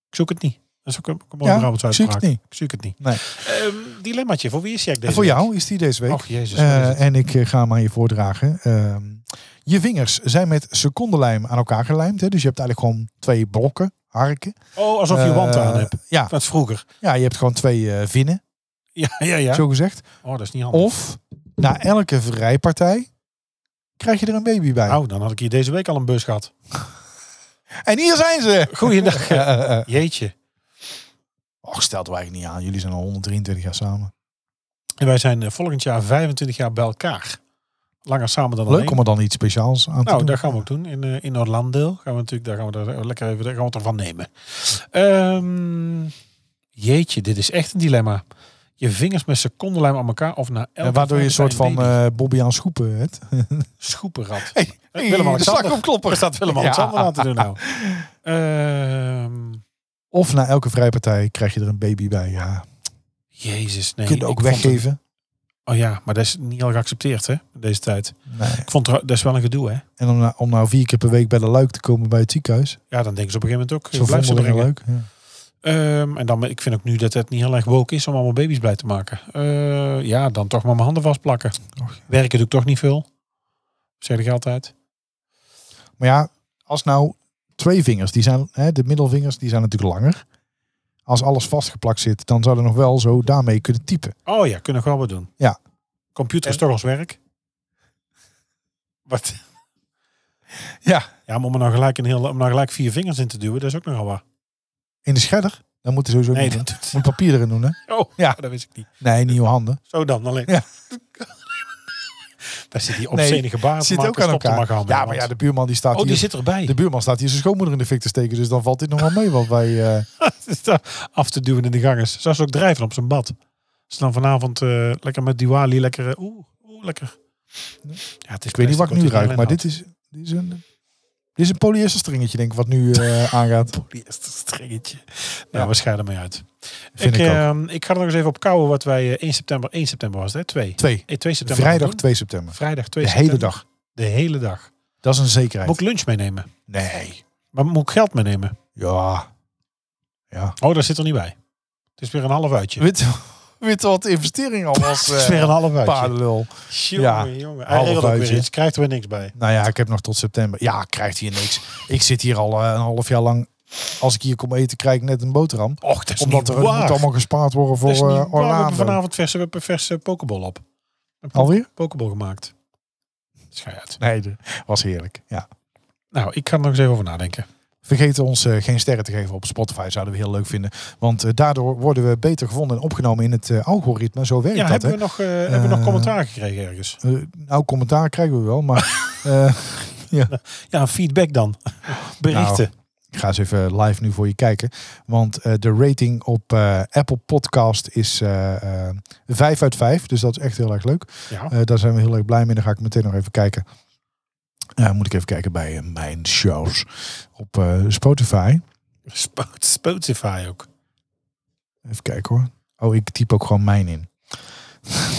Speaker 2: Ik zoek het niet. Dat is ook een, ook een mooie
Speaker 3: Ja,
Speaker 2: Brabantse
Speaker 3: ik zoek het
Speaker 2: uitspraak.
Speaker 3: niet.
Speaker 2: Ik zoek het niet.
Speaker 3: Nee.
Speaker 2: Ehm, dilemmaatje. Voor wie is Jack deze
Speaker 3: en voor
Speaker 2: week?
Speaker 3: jou is die deze week.
Speaker 2: Och, jezus.
Speaker 3: Eh,
Speaker 2: wat Oh, is het?
Speaker 3: en ik eh, ga hem aan je voordragen. Ehm, je vingers zijn met secondenlijm aan elkaar gelijmd. Hè? Dus je hebt eigenlijk gewoon twee blokken, harken.
Speaker 2: oh, alsof je wand aan
Speaker 3: Eh,
Speaker 2: hebt.
Speaker 3: Ja,
Speaker 2: Van het vroeger.
Speaker 3: ja, je hebt gewoon twee eh, vinnen,
Speaker 2: Ja, ja, ja.
Speaker 3: zo gezegd.
Speaker 2: Oh, dat is niet handig.
Speaker 3: Of na elke vrijpartij krijg je er een baby bij.
Speaker 2: Nou, dan had ik hier deze week al een bus gehad.
Speaker 3: En hier zijn ze!
Speaker 2: Goeiedag.
Speaker 3: Eh, eh, eh.
Speaker 2: Jeetje.
Speaker 3: Och, stelt wij eigenlijk niet aan. Jullie zijn al 123 jaar samen.
Speaker 2: En wij zijn eh, volgend jaar 25 jaar bij elkaar. Langer samen dan alleen.
Speaker 3: Leuk om er dan iets speciaals aan te
Speaker 2: Nou,
Speaker 3: doen.
Speaker 2: dat gaan we ook doen. In, eh, in Orlando gaan we natuurlijk, daar gaan we daar lekker even daar gaan we het ervan nemen. Ehm, jeetje, dit is echt een dilemma. Je vingers met secondenlijm aan elkaar of na elke
Speaker 3: Ja, Eh, waardoor je een soort
Speaker 2: vijfde
Speaker 3: van
Speaker 2: bij een
Speaker 3: eh, Bobby aan schoepen hebt.
Speaker 2: baby schoepenrad. Eh,
Speaker 3: hey, de
Speaker 2: Willem-Alexander.
Speaker 3: slagroomklopper.
Speaker 2: Waar staat Willem-Alexander aan te doen nou? Ehm,
Speaker 3: Of na elke vrijpartij krijg je er een baby bij. Ja.
Speaker 2: jezus, nee.
Speaker 3: Kun je
Speaker 2: ik
Speaker 3: ook
Speaker 2: vond
Speaker 3: weggeven.
Speaker 2: het- oh ja, maar dat is niet al geaccepteerd hè, in deze tijd.
Speaker 3: Nee.
Speaker 2: Ik vond trouw- dat is wel een gedoe hè.
Speaker 3: En om, nou- om nou vier keer per week bij de luik te komen bij het ziekenhuis.
Speaker 2: Ja, dan denken ze op een gegeven moment ook.
Speaker 3: Zo
Speaker 2: Zo blijf ze
Speaker 3: vondelen
Speaker 2: brengen.
Speaker 3: leuk. Ja.
Speaker 2: Ehm, en dan, ik vind ook nu dat het niet heel erg woke is om allemaal baby's blij te maken. Eh, ja, dan toch maar mijn handen vastplakken.
Speaker 3: Och, ja.
Speaker 2: Werken doe ik toch niet veel. Zeg ik altijd.
Speaker 3: Maar ja, als nou twee vingers, die zijn, hè, de middelvingers, die zijn natuurlijk langer. Als alles vastgeplakt zit, dan zou er nog wel zo daarmee kunnen typen.
Speaker 2: Oh ja, kunnen we gewoon wat doen.
Speaker 3: Ja.
Speaker 2: Computer is toch ons werk? Wat?
Speaker 3: Ja.
Speaker 2: Ja, maar om er nou gelijk, een heel, om nou gelijk vier vingers in te duwen, dat is ook nogal wat.
Speaker 3: In de shredder, dan moeten sowieso
Speaker 2: Nee,
Speaker 3: niet doen.
Speaker 2: dat doet...
Speaker 3: Moet papier erin doen, hè?
Speaker 2: Oh,
Speaker 3: Ja.
Speaker 2: ja, dat wist ik niet.
Speaker 3: Nee, nieuwe handen.
Speaker 2: Zo dan, alleen.
Speaker 3: Ja.
Speaker 2: Daar zit die opzenige baard.
Speaker 3: Zit ook aan elkaar. ja, maar ja, de buurman die staat
Speaker 2: Oh, die
Speaker 3: hier.
Speaker 2: zit erbij.
Speaker 3: De buurman staat hier zijn schoonmoeder in de fik te steken, dus dan valt dit nog wel mee. Want wij, eh,
Speaker 2: Het is daar af te duwen in de gangers. Zou ze ook drijven op zijn bad. Als ze dan vanavond eh, lekker met Diwali lekker... eh, Oeh, oeh, lekker. Ja, het is
Speaker 3: ik weet niet wat ik nu ruik, maar dit is, dit is een, dit is een polyester stringetje, denk ik, wat nu eh, aangaat.
Speaker 2: Polyester stringetje. Nou, we scheiden ermee uit.
Speaker 3: Vind
Speaker 2: ik,
Speaker 3: ik ook.
Speaker 2: ehm, ik ga er nog eens even op kouwen wat wij eh, 1 september... 1 september was het, hè? 2.
Speaker 3: Twee.
Speaker 2: Eh, 2 september.
Speaker 3: Vrijdag
Speaker 2: gaan
Speaker 3: 2
Speaker 2: doen.
Speaker 3: september.
Speaker 2: Vrijdag 2
Speaker 3: De hele
Speaker 2: september.
Speaker 3: dag.
Speaker 2: De hele dag.
Speaker 3: Dat is een zekerheid.
Speaker 2: Moet ik lunch meenemen?
Speaker 3: Nee.
Speaker 2: Maar moet ik geld meenemen?
Speaker 3: Ja. Ja.
Speaker 2: Oh, daar zit er niet bij. Het is weer een half uitje.
Speaker 3: Weet, weet wat de investering al was. eh,
Speaker 2: het is weer een half uitje.
Speaker 3: paardenlul. Ja,
Speaker 2: Jongen, jongen. Hij
Speaker 3: half
Speaker 2: regelt ook weer
Speaker 3: uitje.
Speaker 2: iets. Krijgt er weer niks bij.
Speaker 3: Nou ja, ik heb nog tot september. Ja, krijgt hier niks. Ik zit hier al eh, een half jaar lang. Als ik hier kom eten, krijg ik net een boterham.
Speaker 2: Och, dat is
Speaker 3: Omdat
Speaker 2: niet
Speaker 3: er
Speaker 2: waar.
Speaker 3: moet allemaal gespaard worden voor
Speaker 2: Dat is niet waar.
Speaker 3: eh,
Speaker 2: We hebben
Speaker 3: Orlando.
Speaker 2: vanavond verse, we hebben verse pokeball op. Heb ik
Speaker 3: Alweer?
Speaker 2: een pokeball gemaakt. Schei uit.
Speaker 3: Nee, dat was heerlijk. Ja.
Speaker 2: Nou, ik ga er nog eens even over nadenken.
Speaker 3: Vergeet ons eh, geen sterren te geven op Spotify. Zouden we heel leuk vinden. Want eh, daardoor worden we beter gevonden en opgenomen in het eh, algoritme. Zo werkt
Speaker 2: Ja,
Speaker 3: dat.
Speaker 2: hebben
Speaker 3: Hè?
Speaker 2: we, nog, eh, hebben we nog
Speaker 3: Eh,
Speaker 2: commentaar gekregen ergens?
Speaker 3: Eh, nou, commentaar krijgen we wel. Maar eh,
Speaker 2: Ja, feedback dan. Berichten.
Speaker 3: ik ga eens even live nu voor je kijken. Want eh, de rating op eh, Apple Podcast is eh eh 5 uit 5. Dus dat is echt heel erg leuk.
Speaker 2: ja.
Speaker 3: Eh, daar zijn we heel erg blij mee. Dan ga ik meteen nog even kijken. Eh, moet ik even kijken bij eh, mijn shows op eh, Spotify.
Speaker 2: Spo- Spotify ook.
Speaker 3: Even kijken hoor. Oh, ik typ ook gewoon mijn in.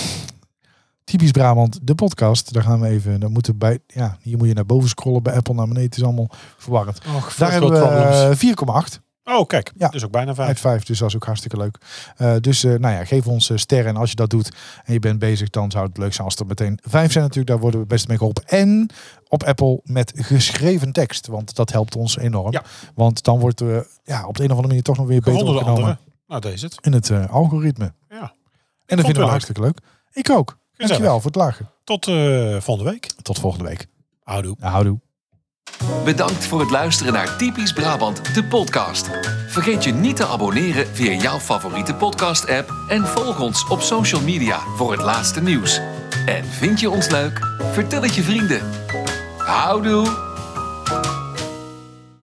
Speaker 3: Typisch Brabant, de podcast. Daar gaan we even. Dan moeten we bij. Ja, hier moet je naar boven scrollen. Bij Apple naar beneden. Het is allemaal verwarrend.
Speaker 2: Och,
Speaker 3: Daar hebben
Speaker 2: problems.
Speaker 3: we eh, 4,8
Speaker 2: Oh, kijk.
Speaker 3: Ja.
Speaker 2: Dus ook bijna vijf.
Speaker 3: uit 5. Dus dat is ook hartstikke leuk. Eh, dus eh, nou ja, geef ons eh, sterren. En als je dat doet en je bent bezig, dan zou het leuk zijn als er meteen 5 zijn natuurlijk. Daar worden we best mee geholpen. En op Apple met geschreven tekst. Want dat helpt ons enorm.
Speaker 2: Ja.
Speaker 3: Want dan wordt we ja, op de een of andere manier toch nog weer beter
Speaker 2: Gewonnen door
Speaker 3: opgenomen
Speaker 2: anderen. Nou, deze is het.
Speaker 3: in het eh, algoritme.
Speaker 2: Ja.
Speaker 3: En
Speaker 2: het
Speaker 3: dat vinden
Speaker 2: wel
Speaker 3: we hartstikke leuk. Ik ook. Dankjewel voor het lachen.
Speaker 2: Tot eh, volgende week.
Speaker 3: Tot volgende week.
Speaker 2: Houdoe.
Speaker 3: Houdoe.
Speaker 1: Bedankt voor het luisteren naar Typisch Brabant, de podcast. Vergeet je niet te abonneren via jouw favoriete podcast-app en volg ons op social media voor het laatste nieuws. En vind je ons leuk? Vertel het je vrienden. Houdoe!